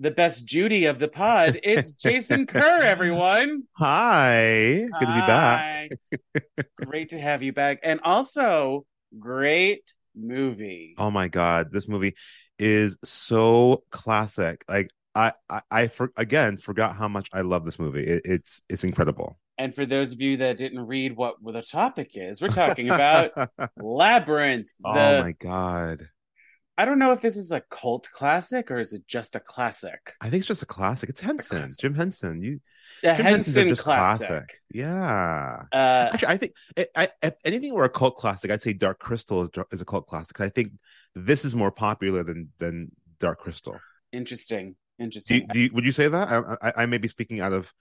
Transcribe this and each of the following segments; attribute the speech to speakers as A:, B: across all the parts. A: the best Judy of the pod. It's Jason Kerr, everyone.
B: Hi. Good to be back.
A: Hi. great to have you back. And also, great movie.
B: Oh my god, this movie is so classic. Like I I, I for, again forgot how much I love this movie. It, it's it's incredible.
A: And for those of you that didn't read what the topic is, we're talking about Labyrinth.
B: oh
A: the-
B: my god.
A: I don't know if this is a cult classic or is it just a classic?
B: I think it's just a classic. It's Henson.
A: classic.
B: Jim Henson. You
A: The
B: Jim Henson's are
A: Henson
B: just
A: classic.
B: Yeah.
A: Uh,
B: Actually, I think I, I, if anything were a cult classic, I'd say Dark Crystal is, is a cult classic. I think this is more popular than than Dark Crystal.
A: interesting.
B: Do
A: Interesting.
B: you, do you, would you say that? I, I, I may be speaking out of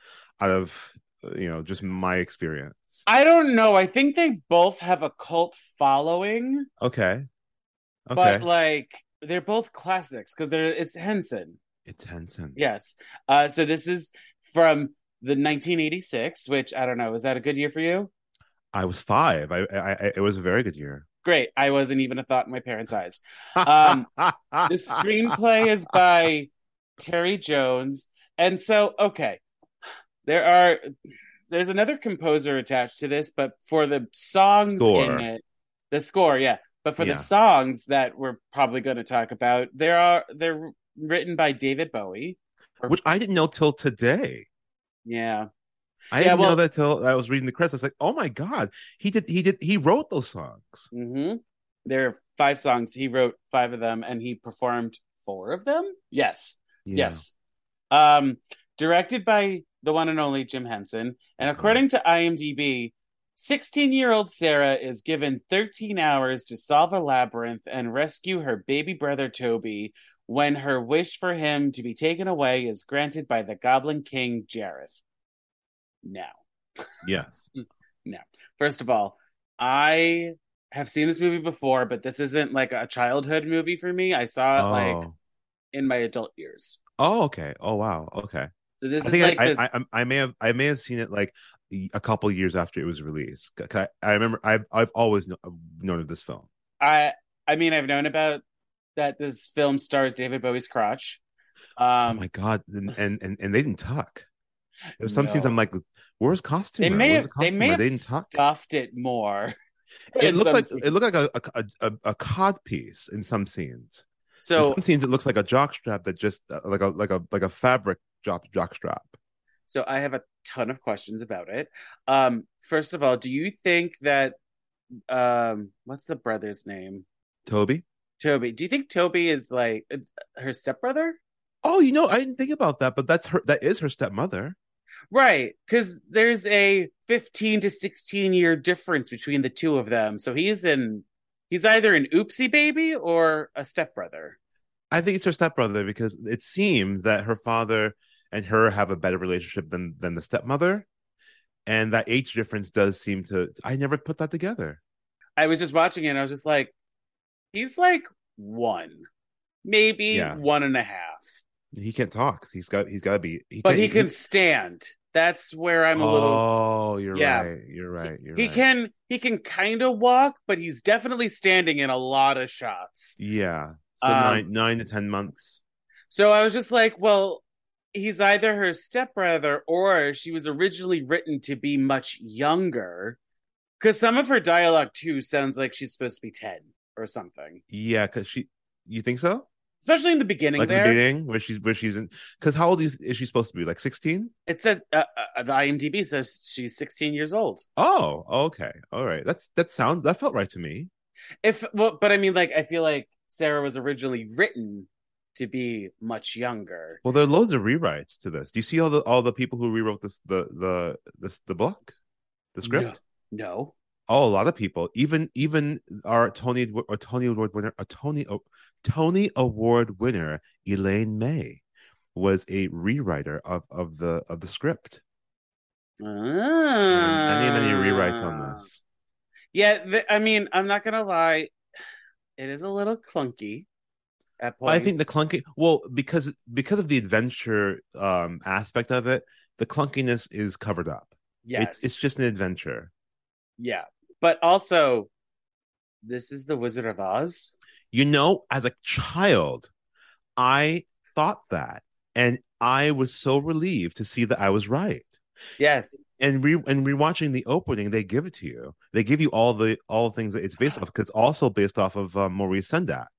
B: out of uh, you know just my experience.
A: I don't know. I think they both have a cult following,
B: Okay. Okay.
A: but like they're both classics because they're it's Henson.
B: it's Henson.
A: Yes. Uh, so this is from the 1986, which I don't know. Is that a good year for you?
B: I was five. I, I, I it was a very good year.
A: Great. I wasn't even a thought in my parents' eyes. Um, The screenplay is by Terry Jones, and so okay, there are there's another composer attached to this, but for the songs
B: Score.
A: in it, the score, yeah, but for
B: Yeah.
A: the songs that we're probably going to talk about, there are they're written by David Bowie.
B: which I didn't know till today.
A: Yeah,
B: I
A: Yeah,
B: didn't
A: well-
B: know that till I was reading the credits. I was like, oh my god, he did. He did. He wrote those songs.
A: hmm there are five songs. He wrote five of them, and he performed four of them. Yes.
B: Yeah.
A: Yes. Um, directed by the one and only Jim Henson. And
B: Mhm.
A: according to IMDb, 16 year old Sarah is given 13 hours to solve a labyrinth and rescue her baby brother Toby when her wish for him to be taken away is granted by the Goblin King Jareth. Now,
B: Yes.
A: first of all, I have seen this movie before, but this isn't like a childhood movie for me. I saw it
B: oh.
A: like in my adult years.
B: oh. Okay. Oh wow. Okay.
A: So this
B: I
A: is
B: think
A: like
B: I,
A: this.
B: I, I I may have I may have seen it like a couple years after it was released. 'Cause I, I remember I've I've always kno- known of this film.
A: I I mean I've known about that this film stars David Bowie's crotch. Um
B: oh my god! And, and and and they didn't tuck. There was some scenes
A: No.
B: I'm like, where's costume?
A: they may
B: where's
A: have
B: the
A: they
B: costumer?
A: may have
B: didn't tuck.
A: scuffed it more.
B: It
A: in
B: looked
A: some
B: like
A: scenes.
B: it looked like a a a, a cod piece in some scenes. in
A: so
B: some scenes it looks like a jockstrap that just uh, like a like a like a fabric jock jockstrap.
A: so I have a ton of questions about it. Um first of all, do you think that um what's the brother's name?
B: Toby.
A: Toby. Do you think Toby is like uh, her stepbrother?
B: Oh, you know, I didn't think about that, but that's her. That is her stepmother.
A: Right, cuz there's a 15 to 16 year difference between the two of them. So he's in he's either an oopsie baby or a stepbrother.
B: I think it's her stepbrother because it seems that her father and her have a better relationship than than the stepmother, and that age difference does seem to. I never put that together.
A: I was just watching it and I was just like, he's like one, maybe
B: Yeah.
A: one and a half,
B: He can't talk. He's got. He's got to be.
A: but
B: can't-
A: he can stand. That's where I'm a little.
B: Oh, you're
A: Yeah.
B: right. You're right. You're
A: He
B: right.
A: can he can kind of walk, but he's definitely standing in a lot of shots.
B: Yeah. So
A: Um,
B: nine nine to ten months.
A: So I was just like, well, he's either her stepbrother or she was originally written to be much younger, because some of her dialogue too sounds like she's supposed to be ten or something,
B: Yeah, because she. You think so?
A: especially in the beginning.
B: like in
A: there,
B: the beginning where she's where she's in because how old is, is she supposed to be like 16
A: It said uh, uh, the IMDb says she's 16 years old.
B: oh okay all right that's that sounds that felt right to me
A: If well, but I mean, like, I feel like Sarah was originally written to be much younger.
B: well there are loads of rewrites to this do you see all the all the people who rewrote this the the this the book the script
A: No,
B: oh a lot of people even even our tony or tony award winner a tony a tony award winner elaine may was a rewriter of of the of the script.
A: Many,
B: many many
A: Hmm.
B: rewrites
A: Ah.
B: on this.
A: Yeah, th- I mean, I'm not gonna lie, it is a little clunky. At
B: But
A: points,
B: I think the clunky well because because of the adventure um aspect of it, the clunkiness is covered up.
A: yes,
B: It's it's just an adventure.
A: yeah, but also, this is the Wizard of Oz.
B: You know, as a child, I thought that and I was so relieved to see that I was right.
A: Yes,
B: and re and rewatching the opening, they give it to you. They give you all the all the things that it's based off because it's also based off of um, Maurice Sendak.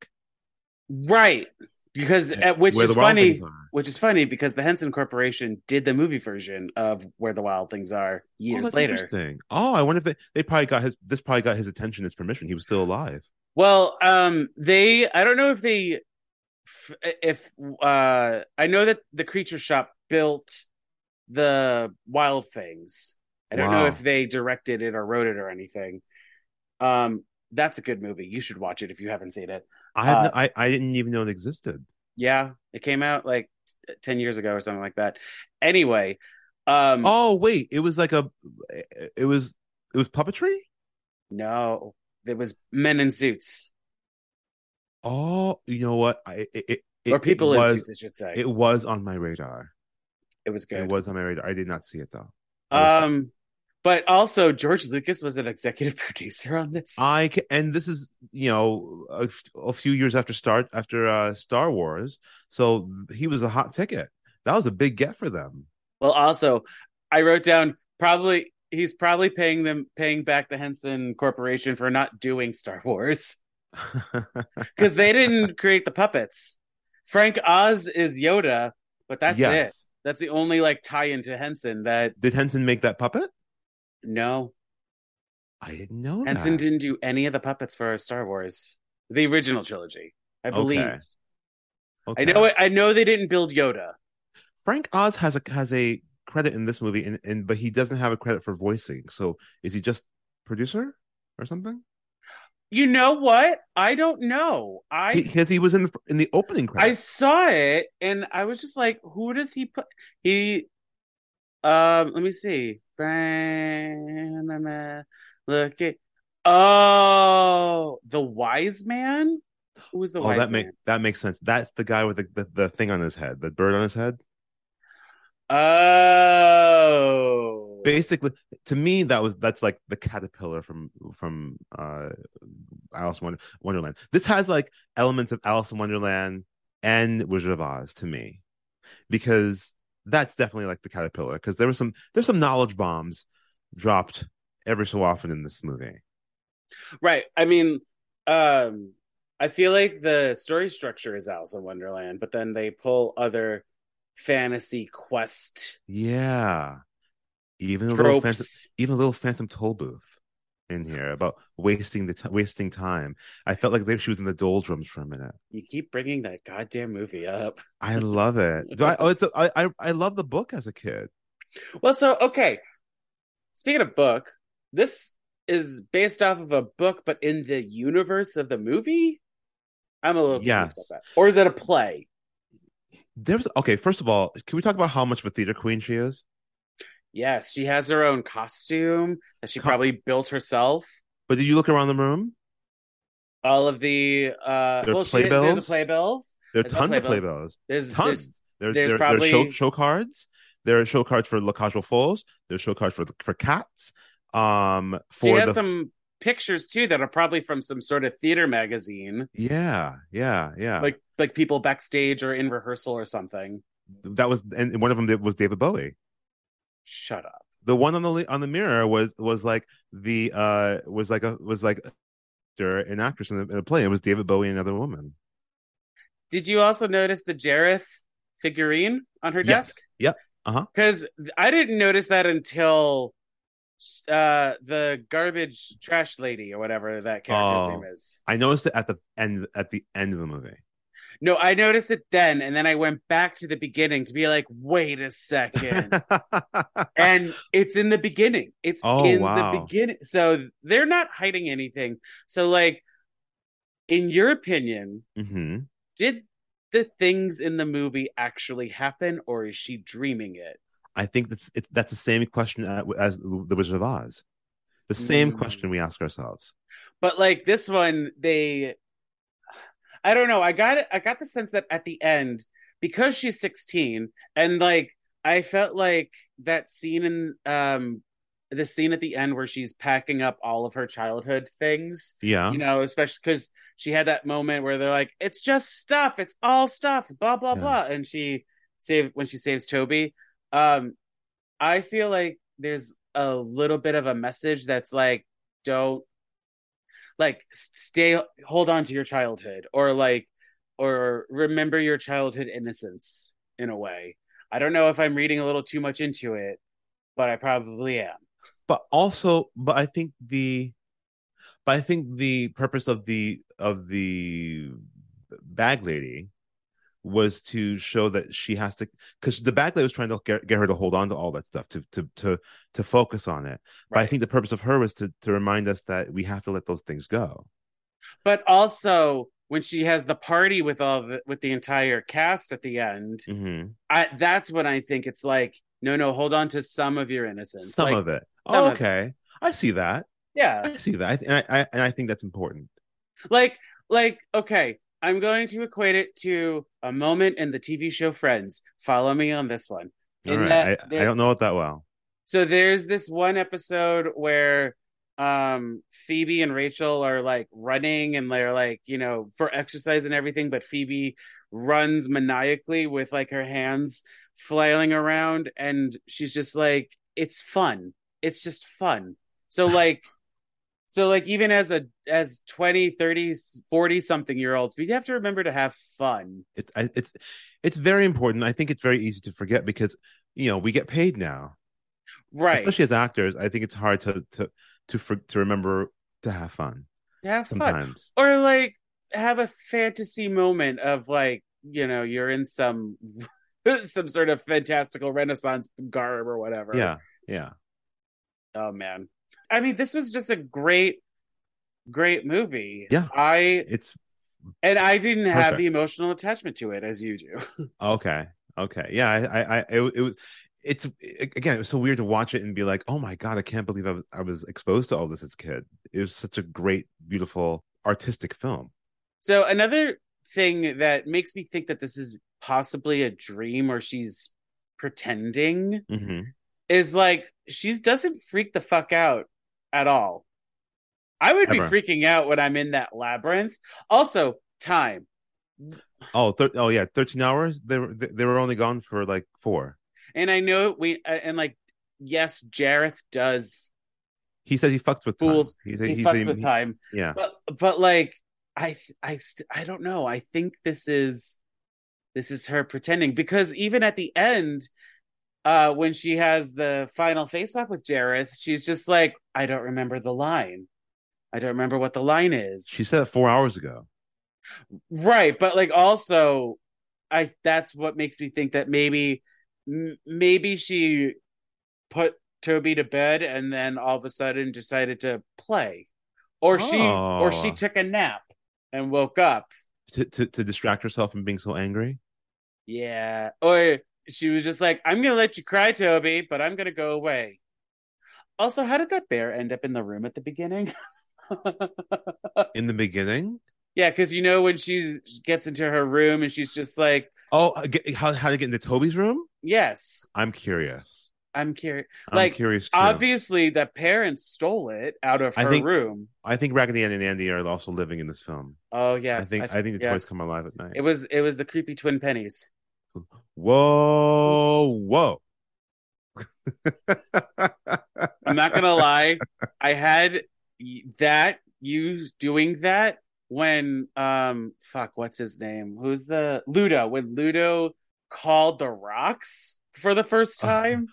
A: right, because
B: Yeah,
A: at, which
B: Where
A: is
B: the Wild
A: funny.
B: Things Are.
A: Which is funny because the Henson Corporation did the movie version of Where the Wild Things Are
B: oh,
A: years
B: that's
A: later.
B: Interesting. Oh, I wonder if they, they probably got his this probably got his attention, his permission. He was still alive.
A: Well, um, they I don't know if they f- if uh I know that the Creature Shop built the Wild Things. I don't know
B: Wow.
A: if they directed it or wrote it or anything. Um, that's a good movie. You should watch it if you haven't seen it.
B: I have
A: Uh,
B: no, I I didn't even know it existed.
A: Yeah, it came out like t- ten years ago or something like that. Anyway, um,
B: Oh wait, it was like a it was it was puppetry.
A: no, it was Men in Suits
B: Oh, you know what? I it, it, it
A: or People
B: was,
A: in Suits, I should say. It,
B: It was on my radar.
A: was good.
B: It was on my radar. I did not see it though. I was-
A: Um, but also George Lucas was an executive producer on this.
B: I ca- and this is you know a, f- a few years after start after uh, Star Wars, so he was a hot ticket. That was a big get for them.
A: well, also I wrote down probably he's probably paying them paying back the Henson Corporation for not doing Star Wars because they didn't create the puppets. Frank Oz is Yoda, but that's it. That's the only like tie into Henson that
B: Did Henson make that puppet?
A: no
B: I didn't know
A: Henson
B: that.
A: didn't do any of the puppets for Star Wars, the original trilogy. I believe.
B: Okay.
A: I
B: Okay.
A: know. it- I know they didn't build Yoda.
B: Frank Oz has a has a credit in this movie, and, and but he doesn't have a credit for voicing. So is he just producer or something?
A: You know what? I don't know. I
B: Because he, was in the, in the opening
A: I
B: credits.
A: saw it and I was just like, who does he put? He, um, let me see. Fran- Look at oh, the wise man. Who was the
B: Oh,
A: wise
B: that
A: man?
B: makes that makes sense. That's the guy with the, the, the thing on his head, the bird on his head.
A: Oh,
B: basically to me that was that's like the caterpillar from from uh alice in Wonder- wonderland this has like elements of alice in wonderland and wizard of oz to me because that's definitely like the caterpillar because there was some there's some knowledge bombs dropped every so often in this movie
A: right. I mean, um, I feel like the story structure is Alice in Wonderland, but then they pull other fantasy quest
B: yeah even a little phantom,
A: tropes.
B: even a little phantom toll booth in here about wasting the t- wasting time i felt like they, she was in the doldrums for a minute
A: You keep bringing that goddamn movie up.
B: I love it. Do I, oh, it's a, I, I I love the book as a kid.
A: Well, so okay. Speaking of book, this is based off of a book, but in the universe of the movie. I'm a little confused
B: Yes.
A: about that. Or is it a play?
B: There's okay. First of all, can we talk about how much of a theater queen she is?
A: Yes, she has her own costume that she
B: Co-
A: probably built herself.
B: But did you look around the room?
A: All of the uh,
B: There are
A: well, she, there's the
B: playbills?
A: playbills.
B: There are
A: There's no
B: tons of
A: playbills.
B: playbills.
A: There's, there's
B: Tons. There's
A: there's
B: there,
A: probably-
B: there are show, show cards. There are show cards for La Cage aux Folles. There's show cards for for cats. Um,
A: she
B: for
A: has
B: the
A: some pictures too that are probably from some sort of theater magazine,
B: yeah, yeah, yeah.
A: like like people backstage or in rehearsal or something.
B: that was and one of them was David Bowie.
A: Shut up.
B: the one on the li- on the mirror was was like the uh was like a was like a- an actress in the, in the play. It was David Bowie and another woman.
A: Did you also notice the Jareth figurine on her
B: Yes.
A: desk?
B: Yep.
A: Because I didn't notice that until uh, the garbage trash lady or whatever that character's
B: Oh.
A: name is.
B: I noticed it at the end at the end of the movie.
A: No, I noticed it then, and then I went back to the beginning to be like, wait a second. and it's in the beginning. It's
B: Oh,
A: in the
B: wow.
A: beginning. So they're not hiding anything. So, like, in your opinion,
B: Mhm.
A: did the things in the movie actually happen, or is she dreaming it?
B: I think that's it's that's the same question as, as the Wizard of Oz. The same
A: Mm.
B: question we ask ourselves.
A: But like this one, they, I don't know. I got it. I got the sense that at the end, because she's sixteen, and like I felt like that scene in um the scene at the end where she's packing up all of her childhood things.
B: Yeah.
A: you know, especially because she had that moment where they're like, "It's just stuff. It's all stuff." Blah blah
B: Yeah.
A: blah. And she save when she saves Toby. Um, I feel like there's a little bit of a message that's like, "Don't like s- stay, hold on to your childhood, or like, or remember your childhood innocence in a way." I don't know if I'm reading a little too much into it, but I probably am.
B: but also but i think the but i think the purpose of the of the bag lady was to show that she has to because the bag lady was trying to get, get her to hold on to all that stuff to to to to focus on it but i
A: Right.
B: think the purpose of her was to to remind us that we have to let those things go
A: but also when she has the party with all the, with the entire cast at the end
B: Mhm.
A: I, that's when i think it's like no no hold on to some of your innocence
B: some
A: Like,
B: of it
A: some
B: oh,
A: of it.
B: okay i see that
A: yeah
B: i see that I th- and I, I and i think that's important
A: like like okay i'm going to equate it to a moment in the tv show friends follow me on this one
B: all
A: In
B: right
A: that
B: I, I
A: there-
B: don't know it that well
A: so there's this one episode where um Phoebe and Rachel are like running and they're like, you know, for exercise and everything, but Phoebe runs maniacally with like her hands flailing around and she's just like it's fun. It's just fun. So like so like even as a as 20, 30, 40 something year olds, we have to remember to have fun.
B: it, I, it's it's very important. I think it's very easy to forget because you know we get paid now,
A: Right.
B: especially as actors. I think it's hard to to to for, to remember to have fun
A: have fun.
B: sometimes.
A: or like have a fantasy moment of like you know you're in some some sort of fantastical renaissance garb or whatever
B: Yeah, yeah.
A: oh man i mean this was just a great great movie
B: Yeah.
A: i
B: It's
A: and i didn't have
B: Perfect.
A: the emotional attachment to it as you do
B: okay, okay. Yeah, I, I, I it, was- it was. It's again, it was so weird to watch it and be like, oh my god, I can't believe I was I was exposed to all this as a kid. It was such a great, beautiful, artistic film.
A: so another thing that makes me think that this is possibly a dream or she's pretending
B: hmm
A: is like she doesn't freak the fuck out at all. I would be
B: Ever.
A: freaking out when I'm in that labyrinth. Also, time.
B: Oh, thir- oh yeah, thirteen hours. They were they were only gone for like four.
A: And I know we uh, and like yes, Jareth does
B: He says he fucks with time.
A: Fools.
B: He, said-
A: he,
B: he said
A: fucks
B: he-
A: with time,
B: Yeah.
A: but but like I th- I st- I don't know. I think this is this is her pretending because even at the end uh when she has the final face off with Jareth, she's just like I don't remember the line. I don't remember what the line is.
B: She said it four hours ago.
A: right but like also i that's what makes me think that maybe m- maybe she put toby to bed and then all of a sudden decided to play or she or she
B: Oh.
A: took a nap and woke up
B: To, to, to distract herself from being so angry.
A: yeah or she was just like i'm gonna let you cry toby but i'm gonna go away also how did that bear end up in the room at the beginning
B: In the beginning?
A: yeah because you know when she gets into her room and she's just like
B: Oh, I get- how, how to get into Toby's room?
A: yes
B: I'm curious.
A: i'm curious
B: I'm
A: Like,
B: curious too.
A: obviously the parents stole it out of
B: I
A: her
B: think-
A: room.
B: I think Raggedy Ann and Andy are also living in this film.
A: Oh yes,
B: I think I, think the toys
A: yes.
B: come alive at night.
A: It was it was the creepy twin pennies.
B: Whoa, whoa.
A: I'm not gonna lie, I had y- that you doing that when um fuck what's his name who's the Ludo when Ludo called the rocks for the first
B: Uh.
A: time.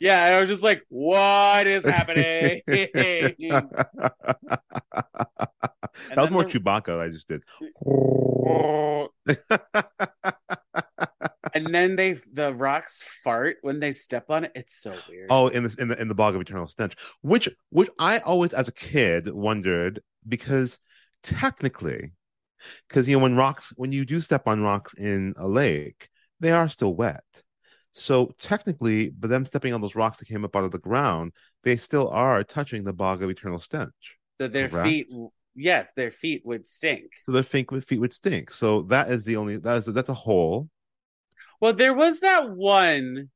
A: yeah, and I was just like, what is happening?
B: that was
A: then
B: more
A: the- Oh,
B: Chewbacca I just did.
A: and then they the rocks fart when they step on it. It's so weird.
B: Oh, in this in the in the bog of eternal stench, which which I always as a kid wondered because technically because you know when rocks when you do step on rocks in a lake they are still wet so technically but them stepping on those rocks that came up out of the ground they still are touching the bog of eternal stench
A: So their
B: Correct.
A: feet, yes, their feet would stink.
B: so their feet would, feet would stink so that is the only that is that's a hole
A: Well, there was that one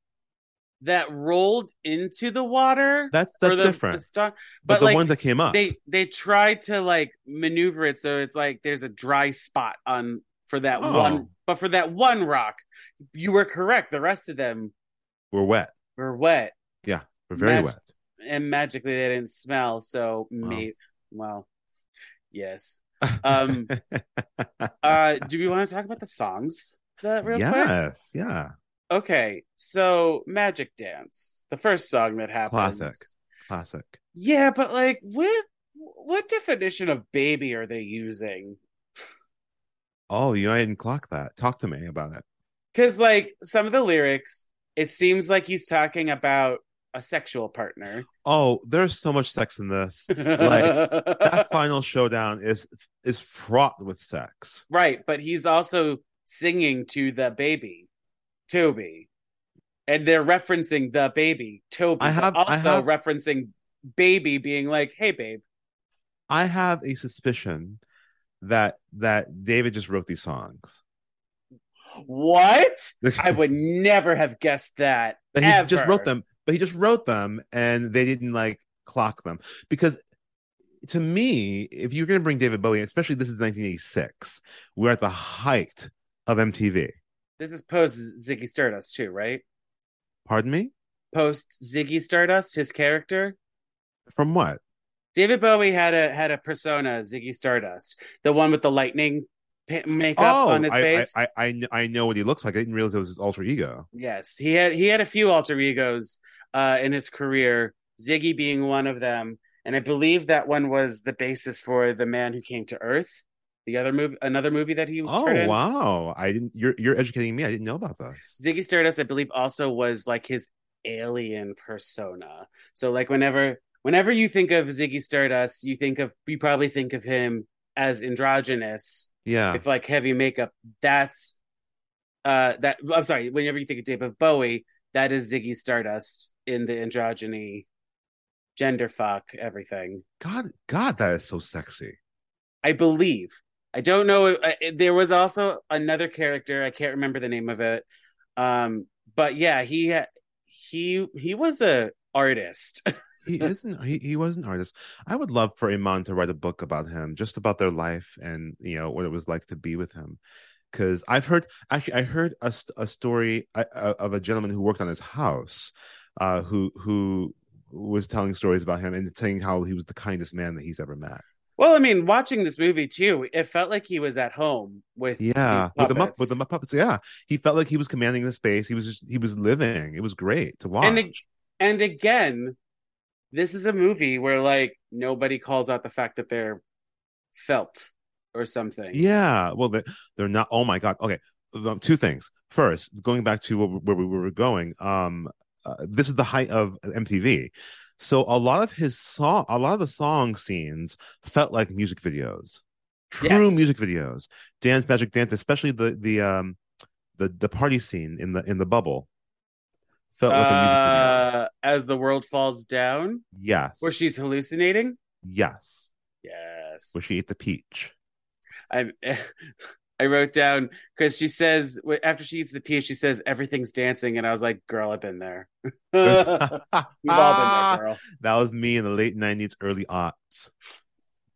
A: that rolled into the water.
B: that's
A: or
B: that's
A: the-
B: different
A: The stock,
B: but,
A: but,
B: the
A: like,
B: ones that came up
A: they they tried to like maneuver it so it's like there's a dry spot on for that
B: Oh.
A: one. But for that one rock, you were correct. The rest of them
B: were wet
A: were wet,
B: were very
A: Imagine-
B: wet
A: and magically they didn't smell. So
B: Wow.
A: mate, well, yes. Um, Uh, do we want to talk about the songs? That real quick.
B: yes yeah
A: Okay, so Magic Dance, the first song that happens.
B: Classic. classic
A: Yeah, but like what what definition of baby are they using?
B: oh you know, i didn't clock that talk to me about it
A: Cuz like some of the lyrics, it seems like he's talking about a sexual partner.
B: oh there's so much sex in this Like, that final showdown is is fraught with sex
A: right, but he's also singing to the baby, Toby. And they're referencing the baby, Toby.
B: I
A: but
B: have- I
A: also
B: have-
A: referencing baby being like, "Hey babe,
B: i have a suspicion that that david just wrote these songs
A: what?" I would never have guessed that.
B: that he
A: ever.
B: just wrote them but he just wrote them and they didn't like clock them because to me if you're going to bring david bowie especially this is 1986 we're at the height of mtv
A: This is post Ziggy Stardust too, right?
B: pardon me
A: Post Ziggy Stardust, his character.
B: from what
A: David Bowie had a had a persona, Ziggy Stardust, the one with the lightning pa- makeup
B: oh
A: on his
B: I,
A: face.
B: I, I, I, kn- I know what he looks like i didn't realize it was his alter ego
A: Yes, he had he had a few alter egos uh, in his career. Ziggy being one of them, and I believe that one was the basis for the Man Who Came to Earth, the other movie, another movie that he was. starred
B: oh
A: in.
B: wow i didn't you're, you're educating me i didn't know about this
A: Ziggy Stardust, I believe, also was like his alien persona. So like whenever whenever you think of Ziggy Stardust, you think of you probably think of him as androgynous
B: yeah
A: with like heavy makeup. That's uh that I'm sorry, whenever you think of David Bowie, that is Ziggy Stardust in the androgyny gender fuck everything.
B: god god that is so sexy
A: I believe. I don't know. I, I- there was also another character. I can't remember the name of it. Um, but yeah, he ha- he he was a artist.
B: he isn't he, he was an artist i would love for iman to write a book about him just about their life and you know what it was like to be with him because i've heard actually i heard a, st- a story uh, uh, of a gentleman who worked on his house uh who who was telling stories about him and saying how he was the kindest man that he's ever met
A: well, I mean, watching this movie too, it felt like he was at home with
B: yeah
A: these
B: with the, Mupp-
A: puppets.
B: with the Mupp puppets yeah he felt like he was commanding the space he was just he was living it was great to watch
A: And ag- and again, this is a movie where like nobody calls out the fact that they're felt or something.
B: Yeah. Well, they, they're not. Oh my God. Okay. Um, two things. First, going back to where, where we were going, um, uh, this is the height of MTV. So a lot of his song, a lot of the song scenes felt like music videos, true
A: Yes.
B: music videos. Dance Magic Dance, especially the the um the the party scene in the in the bubble, felt like a music video.
A: Uh, as the world falls down,
B: Yes.
A: where she's hallucinating.
B: Yes.
A: Yes.
B: Where she ate the peach.
A: I I wrote down because she says wh- after she eats the peach, she says everything's dancing, and I was like, "Girl, I've been there. We've all
B: Ah,
A: been there,
B: that was me in the late nineties, early aughts.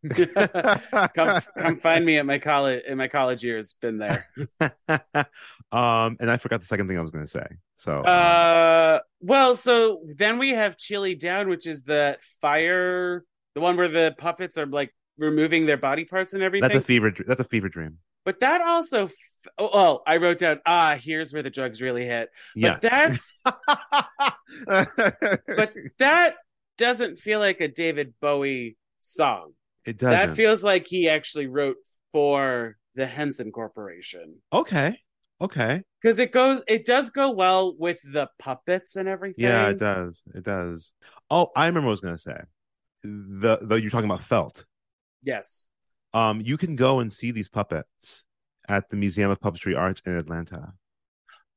A: girl. come, come find me at my college in my college years. Been there.
B: um, and I forgot the second thing I was going to say. So, um,
A: Uh, well, so then we have Chili Down, which is the fire, the one where the puppets are like removing their body parts and everything.
B: that's a fever. dr- That's a fever dream.
A: but that also, f- oh, oh, I wrote down. Ah, here's where the drugs really hit.
B: Yeah,
A: But that's but that doesn't feel like a David Bowie song.
B: it doesn't.
A: That feels like he actually wrote for the Henson Corporation
B: okay, okay.
A: because it goes, it does go well with the puppets and everything.
B: Yeah, it does. It does. Oh, I remember what I was going to say. The the you're talking about felt.
A: Yes,
B: um, you can go and see these puppets at the Museum of Puppetry Arts in Atlanta.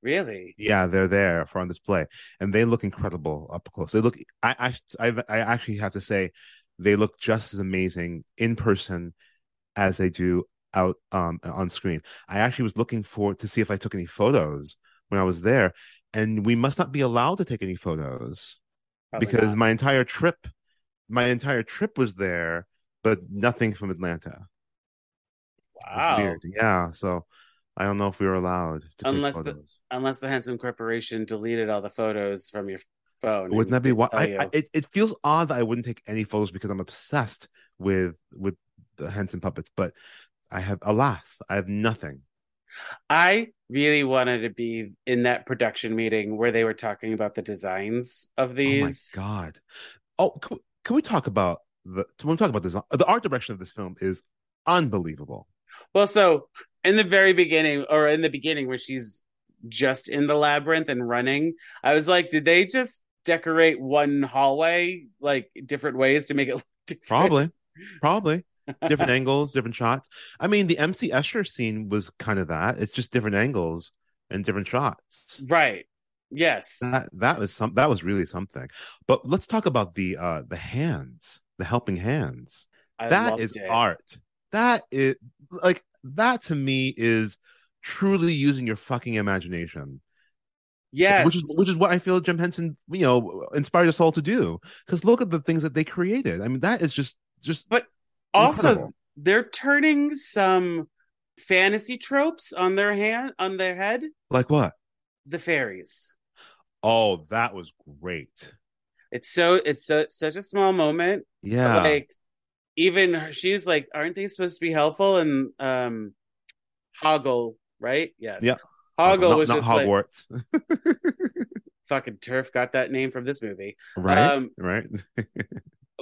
A: Really?
B: Yeah, they're there for on display, and they look incredible up close. They look. I I I, I actually have to say, they look just as amazing in person as they do out um, on screen. I actually was looking for to see if I took any photos when I was there, and we must not be allowed to take any photos
A: Probably
B: because
A: not.
B: my entire trip, my entire trip was there, but nothing from Atlanta. It was
A: wow.
B: weird. Yeah, so I don't know if we were allowed to
A: Unless
B: take
A: the-
B: photos.
A: Unless the Handsome Corporation deleted all the photos from your phone. and
B: Wouldn't that be why?
A: tell
B: I,
A: you.
B: I, it, it feels odd that I wouldn't take any photos because I'm obsessed with with the Henson puppets, but I have alas, I have nothing.
A: I really wanted to be in that production meeting where they were talking about the designs of these.
B: Oh my god! Oh, can, we- can we talk about the? When we talk about this, the art direction of this film is unbelievable.
A: Well, so in the very beginning, or in the beginning where she's just in the labyrinth and running, I was like, did they just decorate one hallway like different ways to make it look different?
B: Probably, probably different angles, different shots. I mean, the MC Escher scene was kind of that. It's just different angles and different shots.
A: Right. Yes.
B: that that was some that was really something but let's talk about the uh the hands the helping hands
A: I
B: that
A: loved
B: is
A: it.
B: art that is like that to me is truly using your fucking imagination
A: Yes.
B: which is which is what i feel jim henson you know inspired us all to do because look at the things that they created i mean that is just just
A: also,
B: incredible.
A: they're turning some fantasy tropes on their hand on their head.
B: like what
A: The fairies.
B: oh that was great
A: It's so it's so, such a small moment. but,
B: yeah
A: Like even her, she's like, aren't they supposed to be helpful? And um Hoggle, right? Yes.
B: Yeah.
A: Hoggle
B: not,
A: was
B: not
A: just like
B: hogwarts
A: fucking turf got that name from this movie.
B: right
A: Um
B: right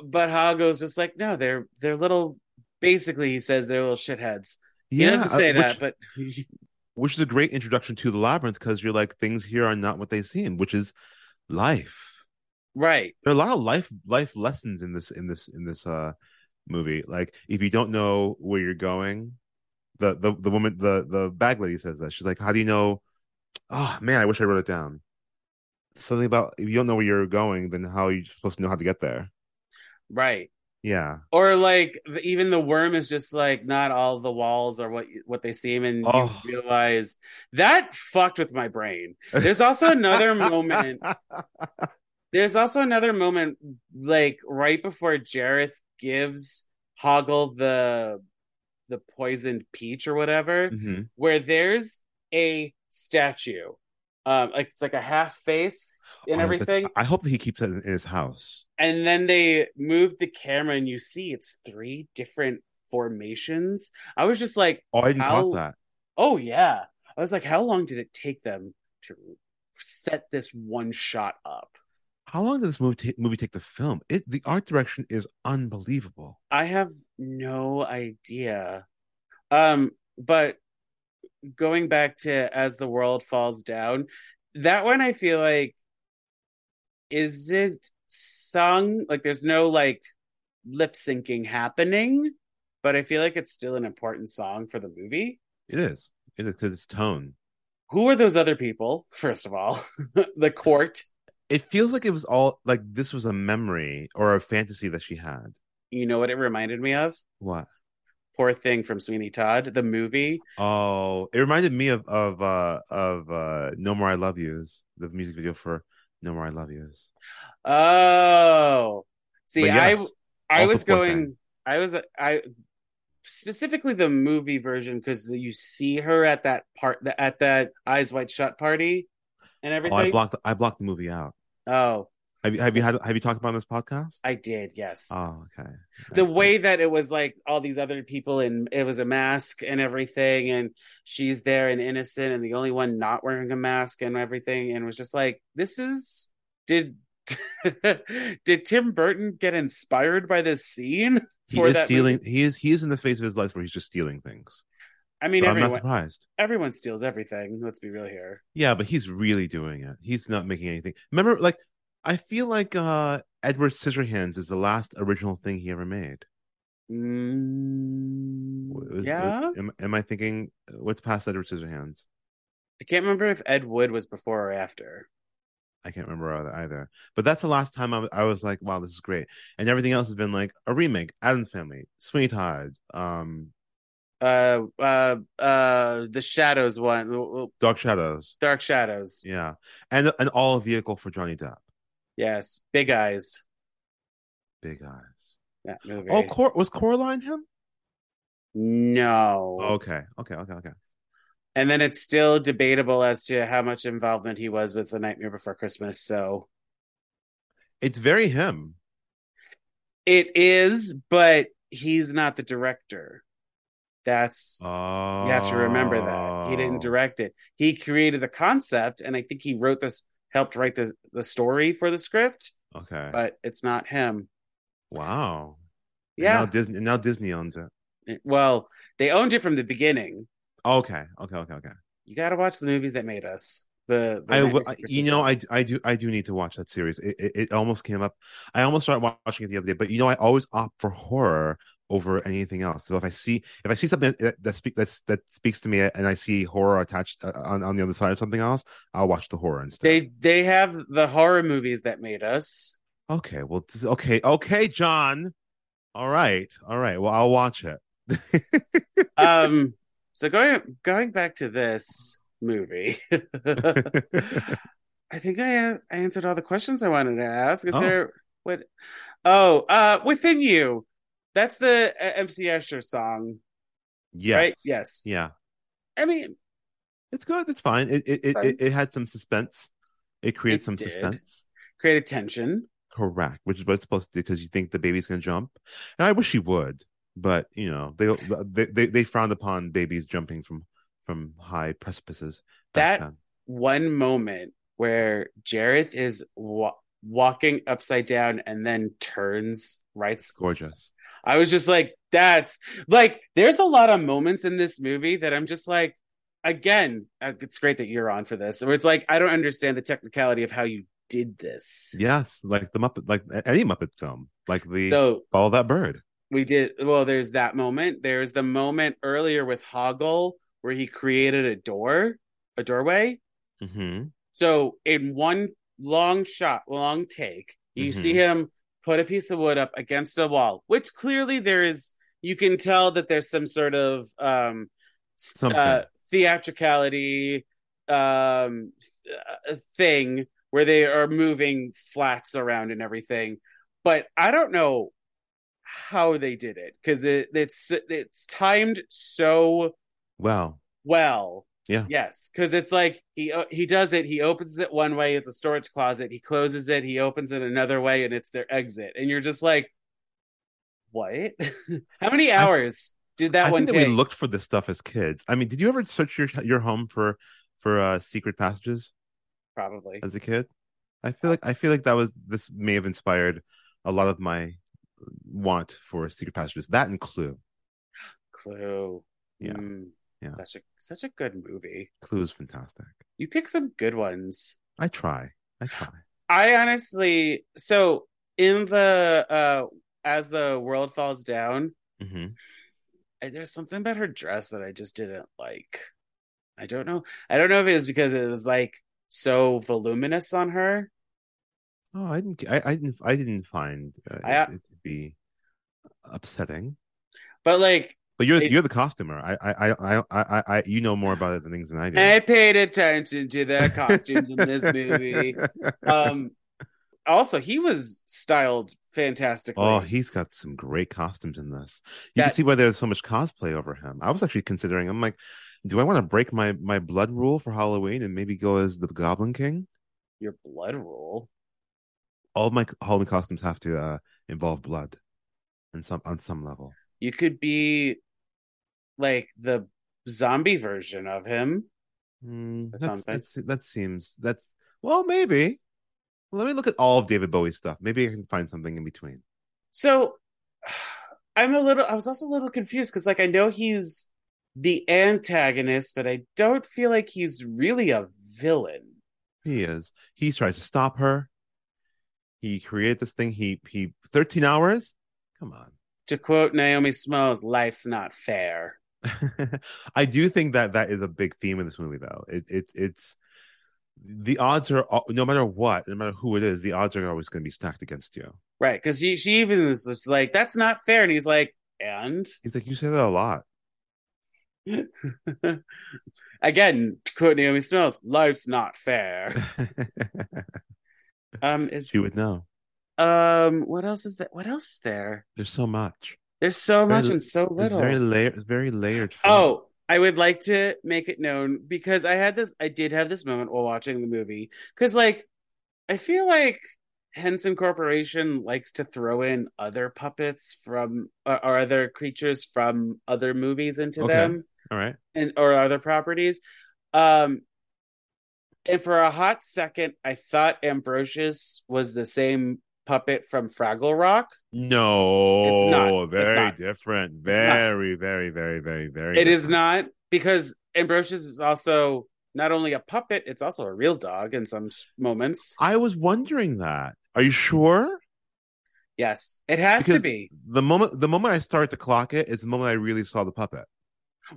A: but Hoggle's just like, no, they're they're little basically he says they're little shitheads. He
B: yeah
A: doesn't say
B: uh, which-
A: that, but
B: which is a great introduction to the labyrinth because you're like things here are not what they seem which is life
A: right.
B: there are a lot of life life lessons in this in this in this uh movie like if you don't know where you're going the the, the woman the the bag lady says that she's like how do you know oh man i wish i wrote it down something about if you don't know where you're going then how are you supposed to know how to get there
A: Right.
B: yeah
A: Or like the, even the worm is just like not all the walls are what what they seem, and
B: Oh.
A: you realize that fucked with my brain. There's also another moment. There's also another moment like right before Jareth gives Hoggle the the poisoned peach or whatever,
B: Mhm.
A: where there's a statue, um, like it's like a half face
B: Oh,
A: and
B: that's-
A: everything,
B: i hope that he keeps that in in his house
A: and then they moved the camera and you see it's three different formations i was just like
B: oh i didn't
A: How-
B: clock that
A: oh yeah i was like how long did it take them to set this one shot up
B: How long did this movie ta- movie take to film? It the art direction is unbelievable.
A: i have no idea um but going back to as the world falls down that one i feel like isn't sung like there's no like lip syncing happening but i feel like it's still an important song for the movie
B: It is. It is because it's tone.
A: who are those other people first of all the court
B: It feels like it was all like this was a memory or a fantasy that she had.
A: you know what it reminded me of
B: What?
A: poor thing from sweeney todd the movie
B: Oh, it reminded me of of uh of uh No More I Love Yous, the music video for No More I Love Yous.
A: oh see
B: But
A: i
B: yes,
A: I
B: Also
A: was
B: Poor
A: going. I was. I specifically the movie version because you see her at that part at that Eyes Wide Shut party and
B: oh, I
A: everything.
B: blocked I blocked the movie out.
A: oh,
B: Have you have you had have you talked about it on this podcast?
A: I did. Yes.
B: Oh, okay.
A: the way that it was like all these other people and it was a mask and everything and she's there and innocent and the only one not wearing a mask and everything and was just like this is did did Tim Burton get inspired by this scene
B: he
A: for
B: is
A: that
B: stealing he is he is in the phase of his life where he's just stealing things.
A: I mean
B: So I'm not
A: everyone
B: surprised.
A: everyone steals everything. Let's be real here.
B: Yeah, but he's really doing it. He's not making anything. Remember, like I feel like uh Edward Scissorhands is the last original thing he ever made. Was-
A: Mm,
B: was-
A: yeah.
B: am, am I thinking uh, what's past Edward Scissorhands?
A: I can't remember if Ed Wood was before or after.
B: I can't remember either- either. But that's the last time I was, I was like, wow, this is great. And everything else has been like a remake, Adam's Family, Sweeney Todd, um,
A: Uh, uh, uh, the Shadows one, w- w-
B: Dark Shadows.
A: Dark Shadows.
B: Yeah. And an all vehicle for Johnny Depp.
A: Yes, Big Eyes.
B: Big eyes.
A: That movie.
B: Oh, Cor- was Coraline him?
A: no.
B: Okay. Okay. Okay. Okay.
A: And then it's still debatable as to how much involvement he was with The Nightmare Before Christmas. So
B: It's very him.
A: it is, but he's not the director. That's
B: Oh.
A: you have to remember that he didn't direct it. He created the concept, and I think he wrote this, helped write the the story for the script,
B: Okay.
A: but it's not him.
B: Wow. And
A: Yeah.
B: now Disney. and Now Disney owns it.
A: Well, they owned it from the beginning.
B: Okay. Okay. Okay. Okay.
A: You got to watch the movies that made us. The, the
B: I,
A: Nightmare
B: will-
A: Before
B: you
A: Christmas
B: know,
A: one.
B: I, I do, I do need to watch that series. It, it, it almost came up. I almost started wa- watching it the other day, but you know, I always opt for horror over anything else. So if I see, if I see something that, that speak that's, that speaks to me, and I see horror attached uh, on, on the other side of something else, I'll watch the horror instead.
A: they they have the horror movies that made us.
B: Okay, well, this- okay, okay, John. All right, all right. Well, I'll watch it.
A: Um, so going going back to this movie, I think I I answered all the questions I wanted to ask. Is
B: Oh.
A: there what? Oh, uh, within you. That's the uh, MC Escher song,
B: yes.
A: right? Yes.
B: Yeah.
A: I mean,
B: It's good. It's fine. It it it,
A: Fine.
B: it, it had some suspense. It created
A: It
B: some
A: did.
B: suspense.
A: created tension.
B: Correct, which is what it's supposed to do because you think the baby's gonna jump, and I wish he would, but you know they they they, they frowned upon babies jumping from from high precipices.
A: That-
B: then.
A: One moment where Jareth is wa- walking upside down and then turns right
B: gorgeous.
A: I was just like, that's like, there's a lot of moments in this movie that I'm just like, again, uh, it's great that you're on for this. Where it's like, I don't understand the technicality of how you did this.
B: Yes, like the Muppet, like any Muppet film, like the
A: So
B: follow that bird.
A: we did, well, there's that moment. There's the moment earlier with Hoggle where he created a door, a doorway.
B: hmm
A: So in one long shot, long take, you
B: Mhm.
A: see him put a piece of wood up against a wall, which clearly there is. You can tell that there's some sort of um, s-
B: Something.
A: uh, theatricality um, uh, thing where they are moving flats around and everything. But I don't know how they did it because it, it's it's timed so
B: Wow.
A: well.
B: Yeah.
A: Yes, because it's like he he does it. He opens it one way. It's a storage closet. He closes it. He opens it another way, and it's their exit. And you're just like, what? How many hours did that
B: I
A: one
B: think that
A: take?
B: we looked for this stuff as kids. I mean, did you ever search your your home for for uh, secret passages
A: Probably.
B: as a kid? I
A: Uh,
B: feel like I feel like that was this may have inspired a lot of my want for secret passages. That and Clue.
A: Clue.
B: Yeah.
A: Mm.
B: Yeah.
A: Such a such a good movie.
B: Clue is fantastic.
A: You pick some good ones.
B: I try. I try.
A: I honestly so in the uh as the world falls down,
B: hmm
A: I, there's something about her dress that I just didn't like. I don't know. I don't know if it was because it was like so voluminous on her.
B: Oh, I didn't. I, I didn't. I didn't find uh,
A: I-
B: it, it to be upsetting.
A: But like
B: But you're
A: It-
B: you're the costumer. I I I I I, I you know more about it than things than I do.
A: I paid attention to the costumes in this movie. Um also he was styled fantastically.
B: Oh, he's got some great costumes in this. You can
A: That-
B: see why there's so much cosplay over him. I was actually considering. I'm like, do I want to break my my blood rule for Halloween and maybe go as the Goblin King?
A: Your blood rule.
B: All of my Halloween costumes have to uh, involve blood, in some on some level.
A: You could be like the zombie version of him.
B: Mm,
A: Or
B: that's,
A: something.
B: that's that seems that's well maybe. Let me look at all of David Bowie's stuff. Maybe I can find something in between.
A: So I'm a little I was also a little confused because like I know he's the antagonist, but I don't feel like he's really a villain.
B: He is. He tries to stop her. He created this thing. He he. Thirteen hours. Come on.
A: To quote Naomi Smalls, life's not fair.
B: I do think that that is a big theme in this movie, though. It, it it's the odds are al- no matter what, no matter who it is, the odds are always going to be stacked against you.
A: Right. Because she, she even is just like, that's not fair. And he's like, and
B: He's like, you say that a lot.
A: again, to quote Naomi Smalls, life's not fair. Um, is,
B: she would know.
A: um, what else is that? What else is there?
B: There's so much.
A: There's so
B: Very
A: much
B: li-
A: and so
B: It's
A: little.
B: very layered. It's very layered. film.
A: Oh, I would like to make it known because I had this, I did have this moment while watching the movie. Because, like, I feel like Henson Corporation likes to throw in other puppets from, or, or other creatures from other movies into
B: Okay.
A: them
B: all right.
A: and or other properties. Um, and for a hot second, I thought Ambrosius was the same puppet from Fraggle Rock.
B: No,
A: It's not. It's
B: Very
A: not.
B: different.
A: not.
B: Very, very, very, very, very.
A: It is
B: different.
A: not because Ambrosius is also not only a puppet; it's also a real dog in some s- moments.
B: I was wondering that. Are you sure?
A: Yes, it has to
B: Because-
A: be.
B: The moment the moment I started to clock it is the moment I really saw the puppet.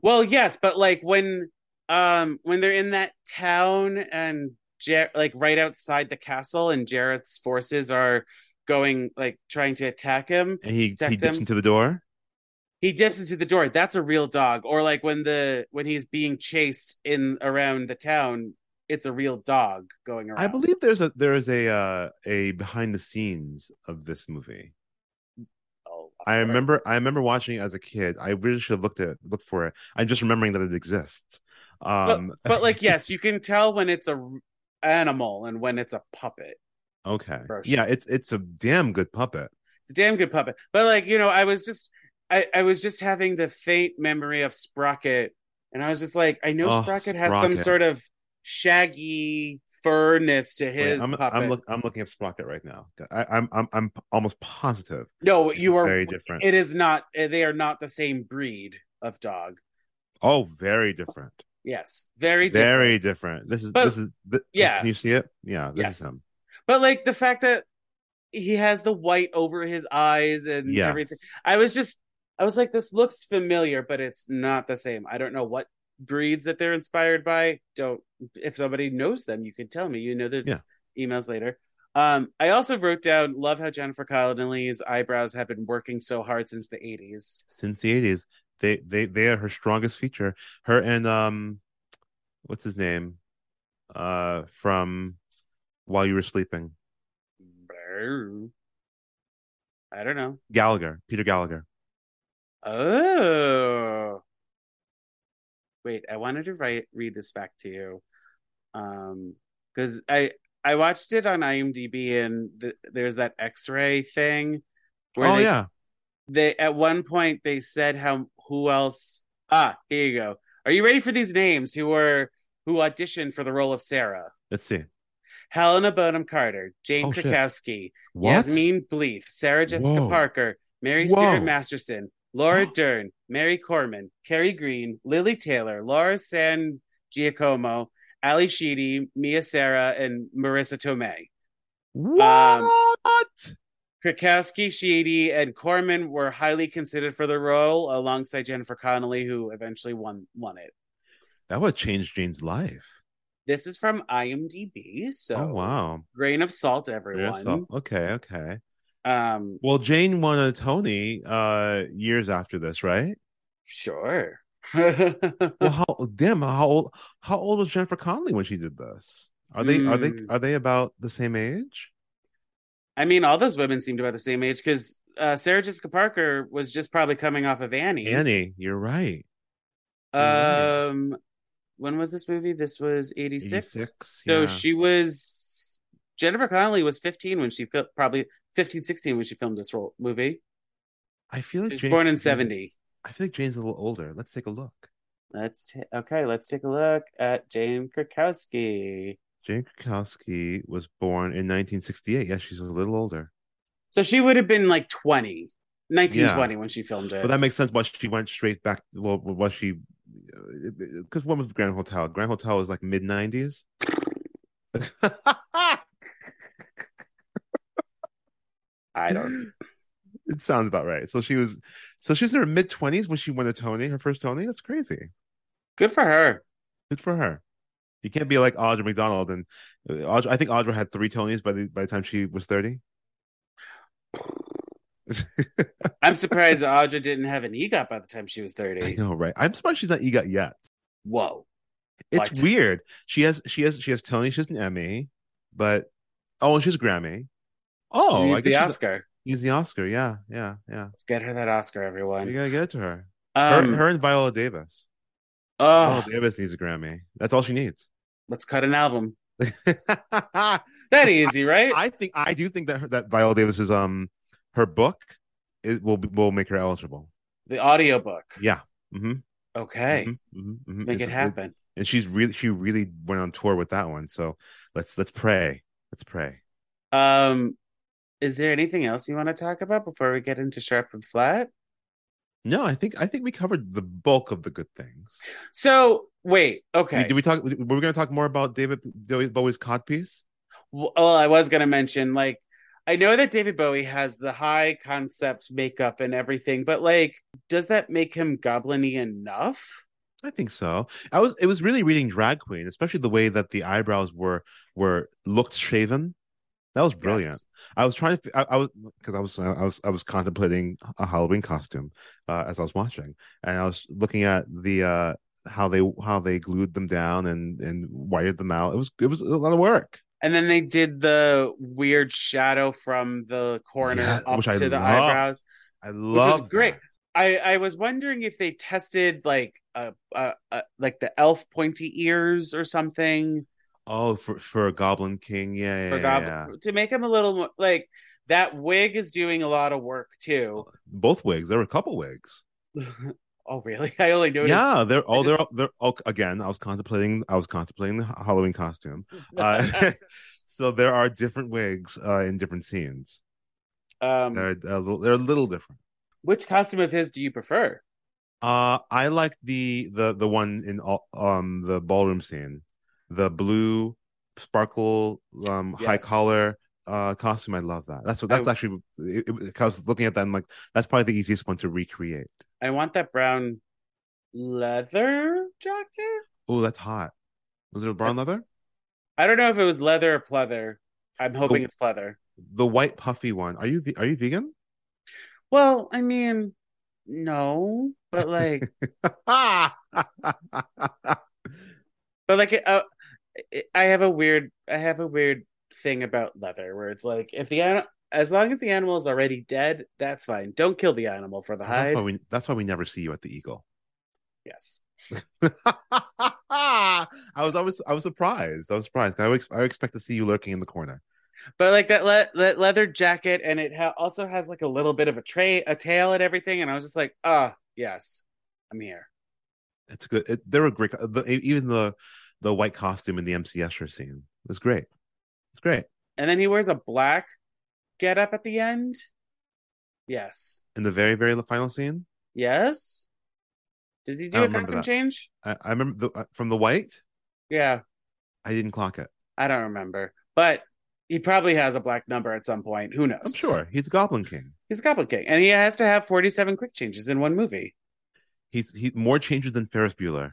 A: Well, yes, but like when, um, when they're in that town and Jar- like right outside the castle, and Jarrett's forces are going like trying to attack him.
B: And he he
A: Checked
B: dips
A: him.
B: into the door.
A: he dips into the door that's a real dog or like when the when he's being chased in around the town it's a real dog going around
B: I believe there's a there is a uh, a behind the scenes of this movie.
A: Oh, of
B: I
A: course.
B: remember I remember watching it as a kid. I really should have looked at looked for it. I'm just remembering that it exists. Um
A: but like yes you can tell when it's a r- animal and when it's a puppet
B: okay.
A: atrocious.
B: Yeah, it's it's a damn good puppet.
A: it's a damn good puppet but like you know i was just i i was just having the faint memory of sprocket and i was just like i know
B: Oh,
A: sprocket has some
B: Sprocket.
A: sort of shaggy furness to
B: Wait,
A: his
B: I'm
A: puppet
B: I'm, look, I'm looking up Sprocket right now. I, I'm I'm I'm almost positive.
A: no you are
B: very different.
A: it is not eh, they are not the same breed of dog
B: oh, very different.
A: Yes, very different.
B: Very different. This is
A: But-
B: this is th-
A: yeah.
B: Can you see it? Yeah. This
A: Yes.
B: Is him.
A: But like the fact that he has the white over his eyes and
B: Yeah.
A: everything. I was just I was like this looks familiar but it's not the same. I don't know what breeds that they're inspired by. Don't if somebody knows them, you can tell me. You know the
B: Yeah.
A: emails later. Um I also wrote down love how Jennifer Connelly's eyebrows have been working so hard since the 80s.
B: Since the eighties, they they they are her strongest feature. Her and um, what's his name? Uh, from While You Were Sleeping,
A: I don't know.
B: Gallagher, Peter Gallagher.
A: Oh. Wait, I wanted to write read this back to you. Um, because I I watched it on IMDb and th there's that X-ray thing where
B: oh
A: they,
B: yeah.
A: they at one point they said how who else ah here you go. Are you ready for these names who were who auditioned for the role of Sarah?
B: Let's see.
A: Helena Bonham Carter, Jane
B: Oh, shit.
A: Krakowski,
B: What?
A: Yasmin Bleeth, Sarah Jessica
B: Whoa.
A: Parker, Mary
B: Whoa.
A: Stewart Masterson, Laura Dern, Mary Corman, Carrie Green, Lily Taylor, Laura San Giacomo, Ali Sheedy, Mia Sarah, and Marissa Tomei.
B: What?
A: um, Krakowski, Sheedy, and Corman were highly considered for the role alongside Jennifer Connelly, who eventually won won it.
B: that would change Jane's life.
A: This is from IMDb, so
B: oh wow.
A: grain of salt,
B: Yeah,
A: everyone.
B: so- Okay. Okay.
A: Um,
B: Well, Jane won a Tony uh years after this, right?
A: sure.
B: Well, how damn how old how old was Jennifer Connelly when she did this? Are they are they
A: Mm.
B: are they about the same age?
A: I mean, all those women seemed about the same age because uh, Sarah Jessica Parker was just probably coming off of Annie.
B: Annie, you're right.
A: Um, when was this movie? This was eighty six.
B: 86,
A: So
B: yeah.
A: she was Jennifer Connelly was fifteen when she fil- probably 15, 16 when she filmed this role movie.
B: I
A: She
B: feel like
A: was
B: Jane-
A: born in
B: Jane-
A: seventy.
B: I feel like Jane's a little older. Let's take a look.
A: Let's ta- okay. Let's take a look at Jane Krakowski.
B: Jane Krakowski was born in 1968. Yeah, she's a little older,
A: So she would have been like 20, 1920 when she filmed it.
B: but that makes sense. Why she went straight back? Well, why she? uh, Because when was Grand Hotel? Grand Hotel was like mid 90s.
A: I don't.
B: it sounds about right. So she was, so she was in her mid twenties when she won a Tony, her first Tony. That's crazy.
A: Good for her.
B: Good for her. You can't be like Audra McDonald and uh, Audra, I think Audra had three Tonys by the by the time she was thirty.
A: I'm surprised that Audra didn't have an E EGOT by the time she was
B: I
A: 30.
B: know, right? I'm surprised she's not EGOT yet.
A: Whoa.
B: It's
A: What?
B: weird. She has she has she has Tony. She has an Emmy, but oh, and she's a Grammy. Oh,
A: She's
B: I
A: the
B: guess she's,
A: Oscar.
B: he's the Oscar. Yeah, yeah, yeah.
A: Let's get her that Oscar, everyone.
B: You gotta get it to her.
A: Um,
B: her, her and Viola Davis.
A: oh,
B: Viola Davis needs a Grammy. That's all she needs.
A: let's cut an album.
B: I
A: That easy, right?
B: think I do think that her, that Viola Davis's um her book it will be- will make her eligible.
A: the audiobook.
B: Yeah. Mm-hmm.
A: Okay. Let's make it happen.
B: and she's really she really went on tour with that one. So let's let's pray. Let's pray.
A: Um, is there anything else you want to talk about before we get into sharp and flat?
B: No, I think I think we covered the bulk of the good things.
A: So wait,
B: We-
A: okay.
B: Did we talk? Were we going to talk more about David Bowie's codpiece?
A: well, I was gonna mention like I know that David Bowie has the high concept makeup and everything, but like, does that make him goblin-y enough?
B: I think so. I was it was really reading Drag Queen, especially the way that the eyebrows were were looked shaven. That was brilliant.
A: Yes.
B: I was trying to. fi- I, I was because I was I was I was contemplating a Halloween costume uh, as I was watching, and I was looking at the uh, how they how they glued them down and and wired them out. It was it was a lot of work.
A: And then they did the weird shadow from the corner
B: Yeah,
A: up
B: which
A: to
B: I
A: the
B: love.
A: eyebrows.
B: I love
A: great.
B: that.
A: I I was wondering if they tested like a, a, a like the elf pointy ears or something
B: Oh, for for a Goblin King, yeah, yeah,
A: for
B: yeah,
A: Goblin
B: yeah.
A: to make him a little more like that wig is doing a lot of work too.
B: Both wigs. There were a couple wigs.
A: oh really? I only noticed.
B: yeah, they're all they're
A: just-
B: they're all again. I was contemplating. I was contemplating the Halloween costume. Uh, so there are different wigs uh, in different scenes.
A: um,
B: They're a little, they're a little different.
A: which costume of his do you prefer?
B: Uh, I like the the the one in all, um the ballroom scene, the blue sparkle um high
A: Yes.
B: collar uh costume. I love that. That's what that's
A: I-
B: actually. It, it, I was looking at that and like that's probably the easiest one to recreate.
A: I want that brown leather jacket.
B: Oh, that's hot. Was it a brown leather?
A: I don't know if it was leather or pleather. I'm hoping
B: The-
A: it's pleather.
B: The white puffy one. Are you ve- are you vegan?
A: Well, I mean, no, but like, but like, uh, I have a weird, I have a weird thing about leather where it's like, if the an- as long as the animal is already dead, that's fine. Don't kill the animal for the
B: That's
A: hide.
B: why we that's why we never see you at the Eagle.
A: Yes.
B: I was always I was surprised. I was surprised. I would, ex- I would expect to see you lurking in the corner.
A: But like that le- le- leather jacket, and it ha- also has like a little bit of a tray, a tail, and everything. And I was just like, ah, yes, I'm here.
B: It's good. It, they were great. The, e, even the the white costume in the MC Escher scene was great. It's great.
A: And then he wears a black get up at the end. Yes.
B: In the very very final scene,
A: Yes. Does he
B: I
A: do a
B: remember
A: costume
B: that.
A: change?
B: I, I remember the, uh, from the white.
A: Yeah,
B: I didn't clock it.
A: I don't remember. But he probably has a black number at some point. Who
B: I'm
A: knows?
B: sure he's a Goblin King.
A: He's a Goblin King. And he has to have 47 quick changes in one movie.
B: He's he more changes than Ferris Bueller.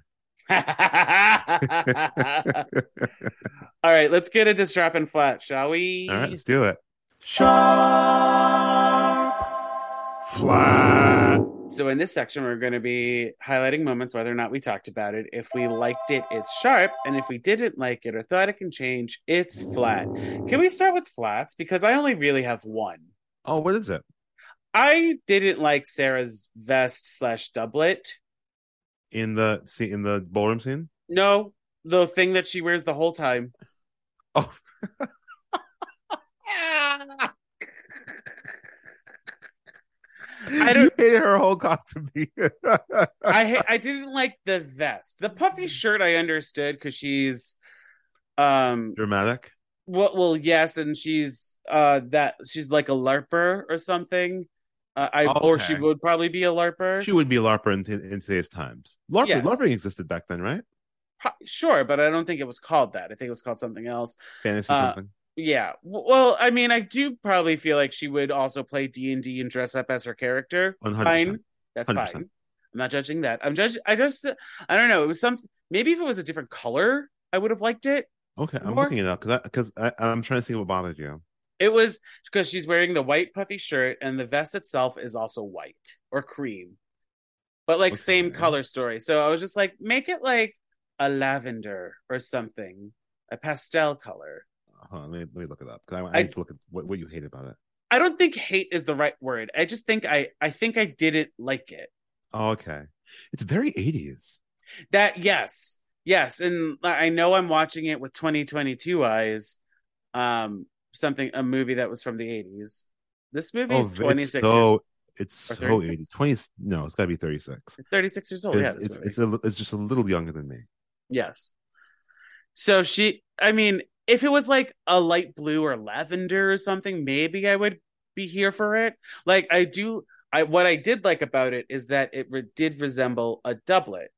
A: All
B: All
A: right, let's get into strap and flat, shall we?
B: right, let's do it.
A: So in this section, we're going to be highlighting moments, whether or not we talked about it. If we liked it, it's sharp, and if we didn't like it or thought it can change, it's flat. Can we start with flats? Because I only really have one.
B: Oh, what is it?
A: I didn't like Sarah's vest slash doublet.
B: In the see in the ballroom scene.
A: No, the thing that she wears the whole time.
B: Oh.
A: I don't-
B: You hated her whole costume.
A: I ha- I didn't like the vest. The puffy shirt I understood because she's um
B: Dramatic.
A: well, well yes and she's uh that she's like a larper or something uh, i or she
B: Okay.
A: would probably be a larper
B: She would be a LARPer in, in today's times. LARPer,
A: Yes.
B: LARPing existed back then, right?
A: Pro- sure but i don't think it was called that i think it was called something else
B: Fantasy
A: Uh,
B: something.
A: yeah. Well, I mean, I do probably feel like she would also play D and D and dress up as her character.
B: 100%.
A: Fine, that's
B: 100%.
A: fine. I'm not judging that. I'm judging. I just, I don't know. It was some. Maybe if it was a different color, I would have liked it.
B: Okay, I'm
A: More-
B: looking it up because because I, I'm trying to see what bothered you.
A: It was because she's wearing the white puffy shirt and the vest itself is also white or cream, but like same
B: Okay.
A: color story. So I was just like, make it like a lavender or something, a pastel color.
B: Hold on, let me, let me look it up because I, I
A: I-
B: need to look at what, what you hate about it.
A: I don't think hate is the right word. I just think I I think I didn't like it.
B: Oh, okay, it's very 80s.
A: That yes. Yes, and I I know I'm watching it with 2022 eyes. Um something a movie that was from the 80s. This movie
B: Oh,
A: is
B: it's
A: 26 years,
B: so it's
A: Or
B: so
A: 36?
B: 80s. 20 no, it's got to be 36.
A: 36 years old. yeah,
B: it's,
A: this
B: it's,
A: movie.
B: it's, a, it's just a little younger than me.
A: Yes. So she, I mean, if it was like a light blue or lavender or something, maybe I would be here for it. Like I do, I what I did like about it is that it re- did resemble a doublet,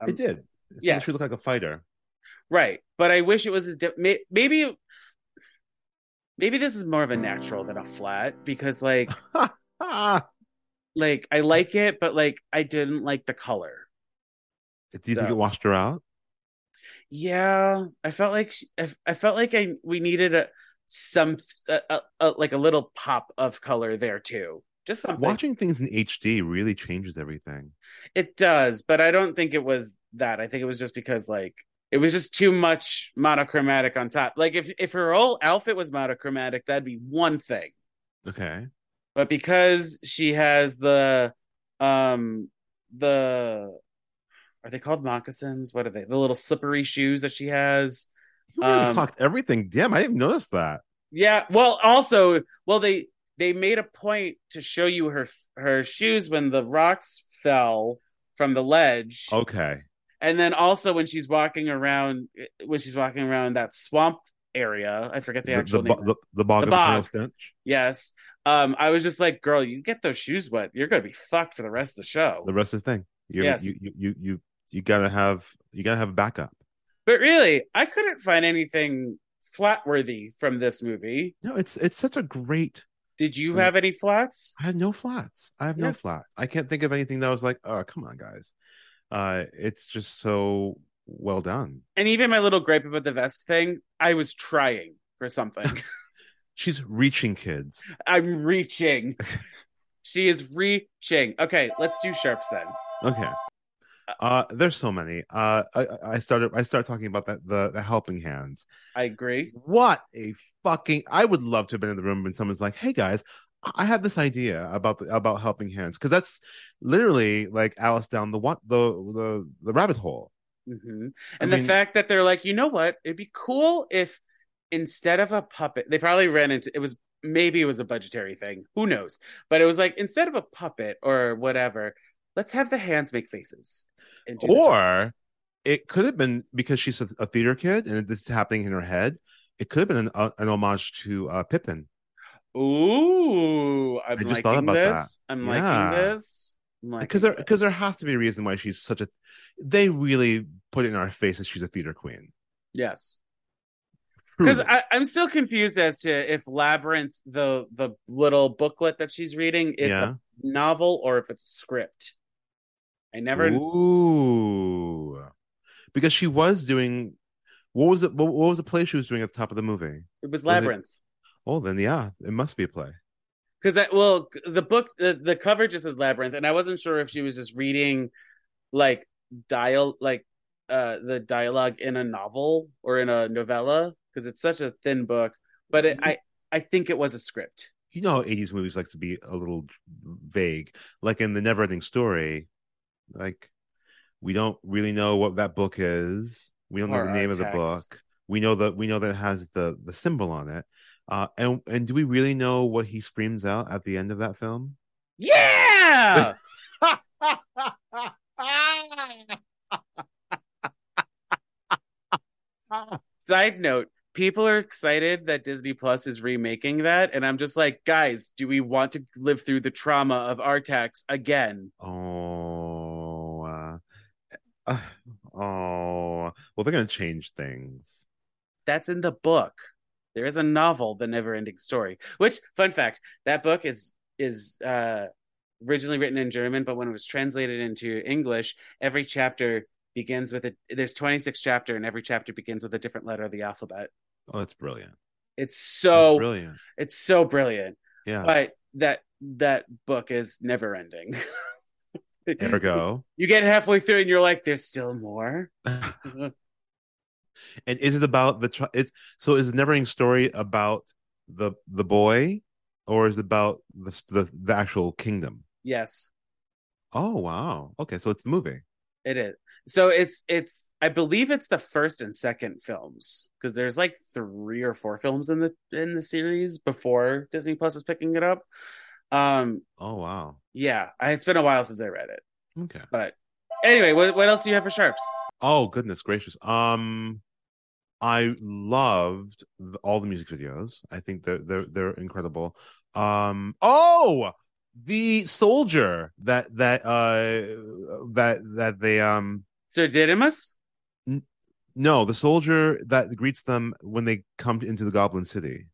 A: Um,
B: it did. It
A: yes.
B: she looked like a fighter.
A: right? But I wish it was a di- may- maybe. Maybe this is more of a natural than a flat because, like,
B: Ah,
A: like I like it, but like I didn't like the color.
B: do you think
A: So-
B: it washed her out?
A: Yeah, I felt like she, I, I felt like I we needed a some a, a, a, like a little pop of color there too. Just something.
B: Watching things in HD really changes everything.
A: It does, but I don't think it was that. I think it was just because like it was just too much monochromatic on top. Like if if her whole outfit was monochromatic, that'd be one thing.
B: Okay,
A: But because she has the um the are they called moccasins? What are they? The little slippery shoes that she has.
B: you really
A: Um,
B: clocked everything. Damn, I didn't notice that.
A: Yeah. Well, also, well they they made a point to show you her her shoes when the rocks fell from the ledge,
B: Okay,
A: and then also when she's walking around when she's walking around that swamp area. I forget the
B: the, the,
A: actual
B: bo-
A: name.
B: the, the bog
A: The
B: of eternal
A: bog.
B: stench,
A: yes. Um, I was just like, girl, you get those shoes wet, you're gonna be fucked for the rest of the show.
B: the rest of the thing. You're,
A: Yes.
B: you, you you you you gotta have you gotta have a backup.
A: But really, I couldn't find anything flat worthy from this movie.
B: No, it's it's such a great.
A: Did you
B: Mm.
A: have any flats?
B: I have no flats. I have
A: Yeah.
B: no flats. I can't think of anything that was like, oh, come on, guys. Uh, it's just so well done.
A: And even my little gripe about the vest thing, I was trying for something.
B: She's reaching kids.
A: I'm reaching. she is reaching. Okay, let's do sharps then.
B: Okay. Uh, there's so many. Uh, I, I- I started. I started talking about that the the helping hands.
A: I agree.
B: What a fucking! I would love to have been in the room when someone's like, "Hey guys, I- I have this idea about the, about helping hands," because that's literally like Alice down the what the the the rabbit hole.
A: hmm
B: I
A: And the
B: mean-
A: fact that they're like, you know what? It'd be cool if instead of a puppet, they probably ran into it was maybe it was a budgetary thing. Who knows? But it was like instead of a puppet or whatever, let's have the hands make faces. And do the job.
B: Or it could have been because she's a, a theater kid and this is happening in her head. It could have been an, uh, an homage to uh, Pippin.
A: ooh, I'm
B: I just
A: liking
B: thought about that.
A: this. I'm
B: Yeah.
A: liking this. I'm liking
B: because there
A: this.
B: because there has to be a reason why she's such a they really put it in our face that she's a theater queen
A: yes. because
B: Truly.
A: I'm still confused as to if Labyrinth, the the little booklet that she's reading, it's
B: yeah
A: a novel or if it's a script. I never.
B: Ooh. because she was doing what was it what, what was the play she was doing at the top of the movie
A: It was Labyrinth
B: oh then yeah it must be a play
A: because I well the book the, the cover just says Labyrinth, and I wasn't sure if she was just reading like dial like uh the dialogue in a novel or in a novella because it's such a thin book. But it, I I think it was a script.
B: you know how 80s movies like to be a little vague like in the never ending story like we don't really know what that book is we don't
A: Or
B: know the
A: our
B: name of the
A: text.
B: book we know that we know that it has the the symbol on it uh and and do we really know what he screams out at the end of that film
A: Yeah. Ah! Side note, people are excited that Disney Plus is remaking that. And I'm just like, guys, do we want to live through the trauma of Artax again?
B: oh uh, uh, oh well they're gonna change things
A: That's in the book. There is a novel, The Never Ending Story, which fun fact, that book is is uh originally written in German, but when it was translated into English, every chapter begins with a there's 26 chapter and every chapter begins with a different letter of the alphabet.
B: Oh, that's brilliant.
A: It's
B: That's
A: so
B: brilliant.
A: it's so brilliant.
B: Yeah.
A: But that that book is never ending.
B: Ergo.
A: You get halfway through and you're like, there's still more.
B: and is it about the tri- it's so is the Neverending Story about the the boy or is it about the, the the actual kingdom?
A: Yes.
B: Oh wow. Okay, so it's the movie.
A: It is. So it's it's I believe it's the first and second films because there's like three or four films in the in the series before Disney Plus is picking it up. Um
B: Oh wow.
A: yeah, I, it's been a while since I read it.
B: Okay.
A: Anyway, what what else do you have for sharps?
B: Oh goodness gracious. Um I loved th- all the music videos. I think they're they're they're incredible. Um oh the soldier that that uh that that they um
A: Sir Didymus?
B: No, the soldier that greets them when they come into the Goblin City,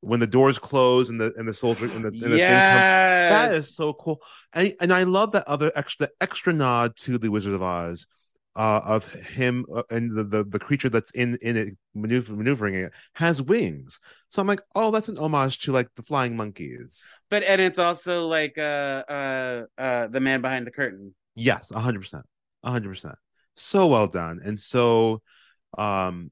B: when the doors close and the and the soldier and the, and the thing comes. That
A: Yes.
B: is so cool, and and I love that other extra extra nod to the Wizard of Oz, uh, of him uh, and the, the the creature that's in in it maneuver, maneuvering it has wings. So I'm like, oh, that's an homage to like the flying monkeys.
A: but and it's also like uh uh uh the man behind the curtain.
B: Yes, 100%. 100%. So well done and so um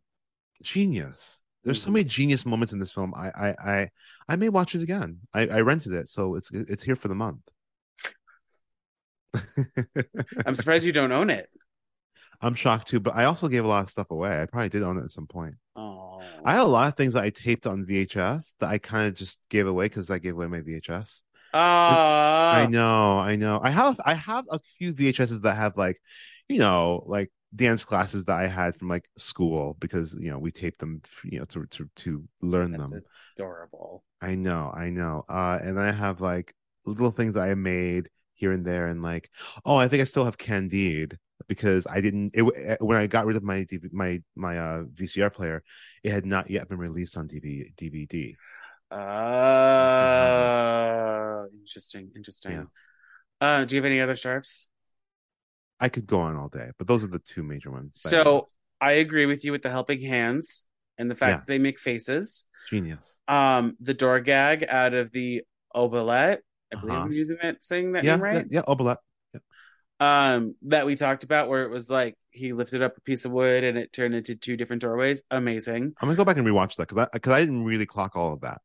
B: genius. There's so
A: Mhm.
B: many genius moments in this film. I I I I may watch it again. I I rented it, so it's it's here for the month.
A: I'm surprised you don't own it.
B: I'm shocked too, but I also gave a lot of stuff away. I probably did own it at some point.
A: Oh
B: I had a lot of things that I taped on VHS that I kind of just gave away because I gave away my VHS. I
A: oh,
B: know, I know. I have I have a few VHSs that have like, you know, like dance classes that I had from like school because you know we taped them, you know, to to to learn
A: that's
B: them.
A: adorable.
B: I know, I know. Uh, and I have like little things I made here and there, and like, oh, I think I still have Candide because I didn't. It w- when I got rid of my DV, my my uh, VCR player, it had not yet been released on DV, DVD.
A: Uh, interesting, interesting.
B: Yeah.
A: Uh, do you have any other sharps?
B: I could go on all day, but those are the two major ones. that I
A: So
B: noticed.
A: I agree with you with the helping hands and the fact
B: Yes.
A: that they make faces.
B: genius.
A: Um, the door gag out of the obolette. I believe
B: Uh-huh.
A: I'm using that saying that
B: yeah,
A: name right.
B: Yeah, yeah Obolat.
A: Um, that we talked about where it was like he lifted up a piece of wood and it turned into two different doorways. Amazing.
B: I'm gonna go back and rewatch that because I because I didn't really clock all of that.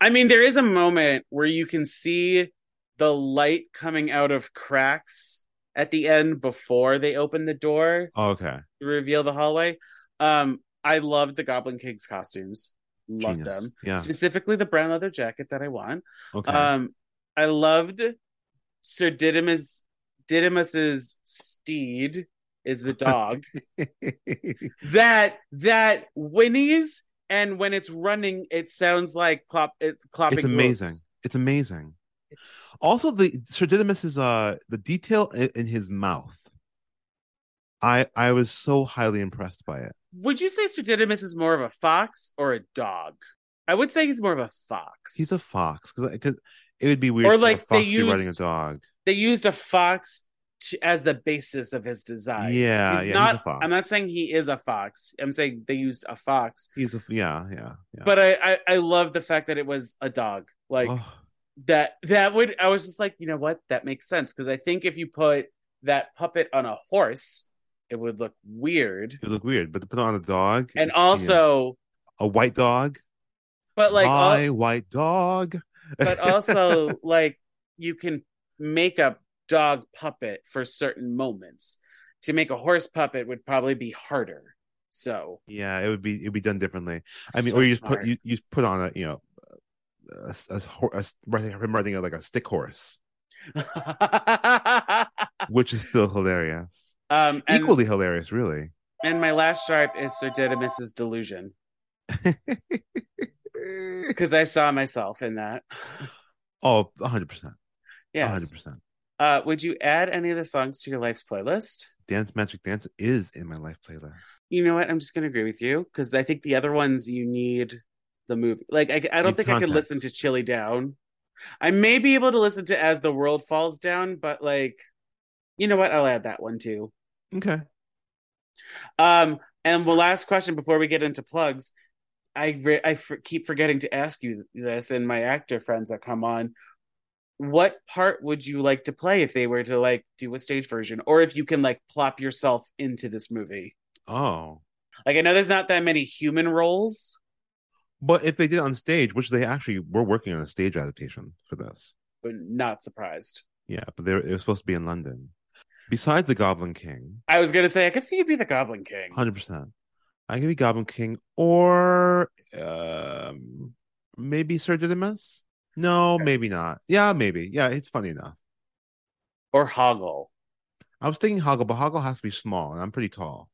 A: I mean, there is a moment where you can see the light coming out of cracks at the end before they open the door
B: Oh, okay,
A: to reveal the hallway. Um, I loved the Goblin King's costumes. Loved
B: genius.
A: them.
B: Yeah,
A: Specifically the brown leather jacket that I want.
B: okay.
A: Um, I loved Sir Didymus Didymus's steed is the dog. that that whinnies and when it's running it sounds like clop it, clopping
B: it's amazing.
A: hooves.
B: It's amazing.
A: It's
B: Also, the Sir Didymus is uh the detail in, in his mouth. I I was so highly impressed by it.
A: Would you say Sir Didymus is more of a fox or a dog? I would say he's more of a fox.
B: He's a fox because it would be weird
A: Or,
B: for a
A: like, they
B: fox to be riding a
A: used-
B: dog.
A: they used a fox to, as the basis of his design.
B: yeah,
A: he's
B: yeah.
A: not.
B: he's a fox.
A: I'm not saying he is a fox. I'm saying they used a fox.
B: he's a yeah, yeah, yeah.
A: But I, I, I love the fact that it was a dog. Like
B: Oh,
A: that. That would. I was just like, you know what? That makes sense because I think if you put that puppet on a horse, it would look weird.
B: it would look weird, but to put on a dog
A: And
B: it's genius.
A: also,
B: a white dog.
A: but like, al-
B: my white dog.
A: but also like you can make a dog puppet for certain moments. To make a horse puppet would probably be harder. So
B: Yeah, it would be it'd be done differently. I mean,
A: so
B: or you just
A: smart.
B: put you, you just put on a you know a, s- a s- hor- a s- riding- him riding a, like a stick horse,
A: um,
B: which is still hilarious,
A: um, and,
B: equally hilarious, really.
A: and my last sharp is Sir Didymus's delusion because I saw myself in that.
B: oh, hundred percent, hundred
A: Yes.
B: percent.
A: Uh, would you add any of the songs to your life's playlist?
B: Dance Magic Dance is in my life playlist.
A: You know what? I'm just gonna agree with you because I think the other ones you need the movie. Like I, I don't
B: Need
A: think I could listen to
B: context.
A: Chilly Down. I may be able to listen to As the World Falls Down, but like, you know what? I'll add that one too.
B: Okay.
A: Um, and the last question before we get into plugs, I re- I f- keep forgetting to ask you this, and my actor friends that come on, what part would you like to play if they were to like do a stage version, or if you can like plop yourself into this movie?
B: Oh.
A: Like I know there's not that many human roles.
B: But if they did on stage, which they actually were working on a stage adaptation for this.
A: but not surprised.
B: Yeah, but they were, it was supposed to be in London. Besides the Goblin King,
A: I was gonna say I could see you be the Goblin King.
B: hundred percent, I could be Goblin King or um, maybe Sir Didymus. No,
A: Okay.
B: maybe not. Yeah, maybe. Yeah, it's funny enough.
A: Or Hoggle.
B: I was thinking Hoggle, but Hoggle has to be small, and I'm pretty tall.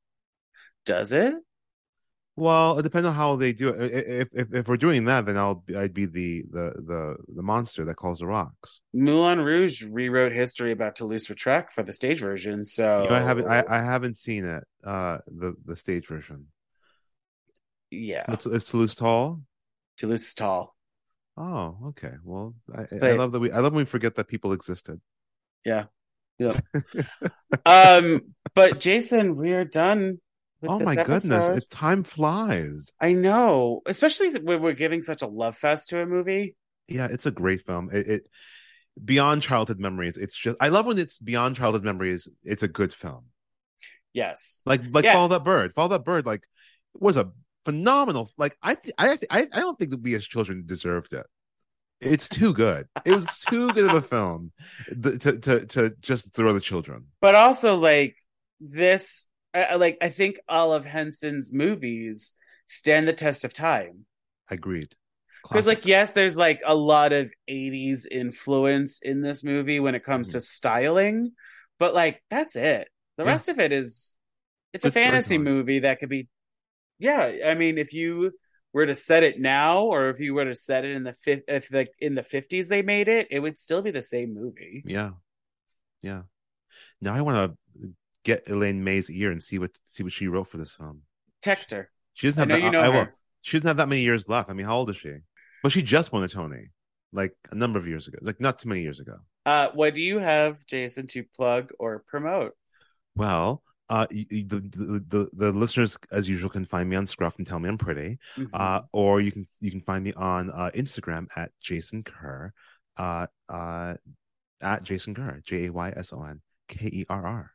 A: Does it?
B: Well, it depends on how they do it. I- I- If if, if we're doing that, then I'll I'd be the the the the monster that calls the rocks.
A: Moulin Rouge rewrote history about Toulouse Lautrec for the stage version, so
B: You know, I haven't
A: Oh.
B: I, I haven't seen it uh the the stage version.
A: yeah,
B: So it's, it's Toulouse Tall.
A: Toulouse is tall.
B: Oh, okay. Well, I, I- I
A: But-
B: love that we I love when we forget that people existed.
A: Um, but Jason, we are done. With
B: oh
A: this
B: my
A: episode.
B: goodness, it, time flies.
A: I know, especially when we're giving such a love fest to a movie.
B: Yeah, it's a great film. It, it beyond childhood memories. It's just I love when it's beyond childhood memories. It's a good film.
A: Yes,
B: Like like
A: Yeah.
B: follow that bird. Follow that bird. Like was a phenomenal. Like I th- I th- I I don't think that we as children deserved it. It's too good. It was too good of a film th- to to to just throw the children.
A: but also like this, I, I- like I think all of Henson's movies stand the test of time.
B: Agreed.
A: because
B: Classic.
A: like yes there's like a lot of 80s influence in this movie when it comes to styling but like that's it the
B: Mm-hmm. Yeah.
A: rest of it is it's a
B: Good
A: fantasy
B: storytelling.
A: movie that could be yeah i mean if you were to set it now or if you were to set it in the fif- if like in the 50s they made it it would still be the same movie
B: Yeah. Yeah. Now I want to get Elaine May's ear and see what see what she wrote for this film.
A: text her
B: She doesn't
A: i
B: have
A: know
B: that,
A: you know
B: I, I will.
A: her
B: She doesn't have that many years left. I mean, how old is she? But she just won a Tony like a number of years ago. Like not too many years ago.
A: uh what do you have jason to plug or promote
B: Well, uh y- y- the, the the the listeners as usual can find me on Scruff and tell me I'm pretty.
A: Mm-hmm.
B: Uh or you can you can find me on uh Instagram at Jason Kerr. Uh uh at Jason Kerr, J A Y S O N K E R R.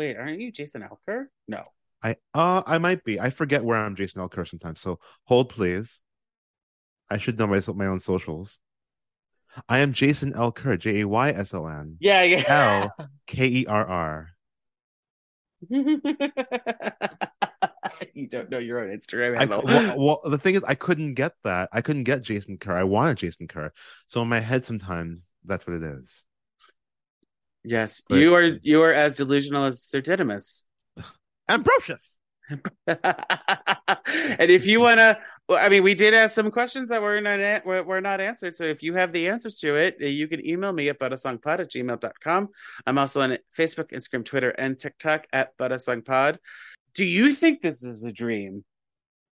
A: wait aren't you jason elker no
B: I uh I might be. I forget where I'm Jason Elker sometimes. So hold please. I should know my my own socials. I am Jason Elker, J A Y S O N
A: yeah yeah
B: L K E R R.
A: you don't know your own Instagram
B: I-
A: handle.
B: Well, well, the thing is, I couldn't get that. I couldn't get Jason Kerr. I wanted Jason Kerr. So in my head, sometimes that's what it is.
A: yes,
B: But-
A: you are you are as delusional as Sir Didymus.
B: Ambrosius.
A: and if you want to, I mean, we did ask some questions that were not were, were not answered. So if you have the answers to it, eh, you can email me at buttasongpod at gmail.com. I'm also on Facebook, Instagram, Twitter, and TikTok at buttasongpod. Do you think this is a dream?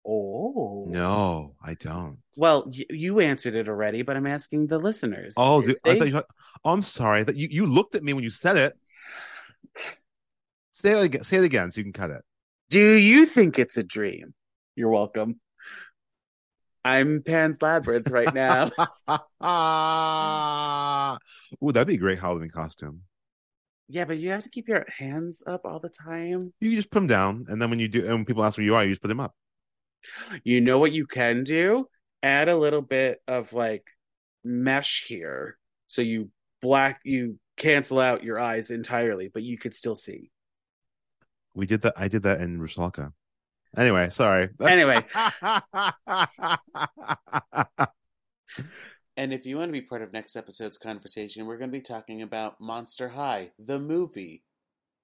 A: Oh
B: No, I don't.
A: Well, you, you answered it already, but I'm asking the listeners.
B: Oh,
A: If
B: dude, I
A: they-
B: thought you. Oh, I'm sorry that you you looked at me when you said it. Say it again. Say it again, so you can cut it.
A: Do you think it's a dream? You're welcome. I'm Pan's Labyrinth right now.
B: Ooh, that'd be a great Halloween costume.
A: yeah, but you have to keep your hands up all the time.
B: You can just put them down, and then when you do, and when people ask where you are, you just put them up.
A: You know what you can do? Add a little bit of like mesh here. So you black, you cancel out your eyes entirely, but you could still see.
B: We did that. I did that in Rusalka. Anyway, sorry.
A: Anyway. And if you want to be part of next episode's conversation, we're going to be talking about Monster High, the movie,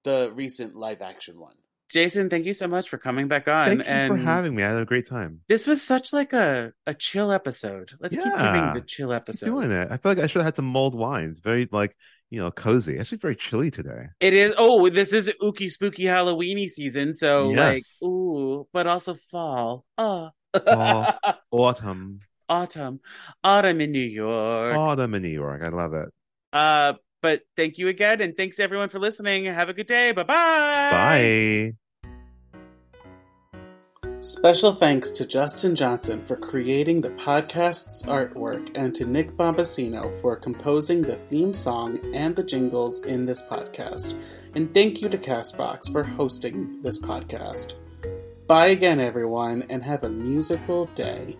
A: the recent live action one. Jason, thank you so much for coming back on.
B: Thank you
A: and
B: for having me. I had a great time.
A: this was such like a, a chill episode. Let's keep giving
B: Yeah.
A: the chill
B: Keep
A: episodes.
B: doing it. I feel like I should have had some mulled wines. Very like you know cozy. Actually, very chilly today.
A: It is. Oh, this is ooky spooky Halloweeny season. So
B: Yes.
A: like, ooh, but also fall. Oh.
B: Fall. autumn,
A: Autumn, autumn in New York.
B: autumn in New York. I love it.
A: Uh, but thank you again, and thanks everyone for listening. Have a good day. Bye bye.
B: Bye.
A: Special thanks to Justin Johnson for creating the podcast's artwork and to Nick Bombasino for composing the theme song and the jingles in this podcast. And thank you to Castbox for hosting this podcast. Bye again, everyone, and have a musical day.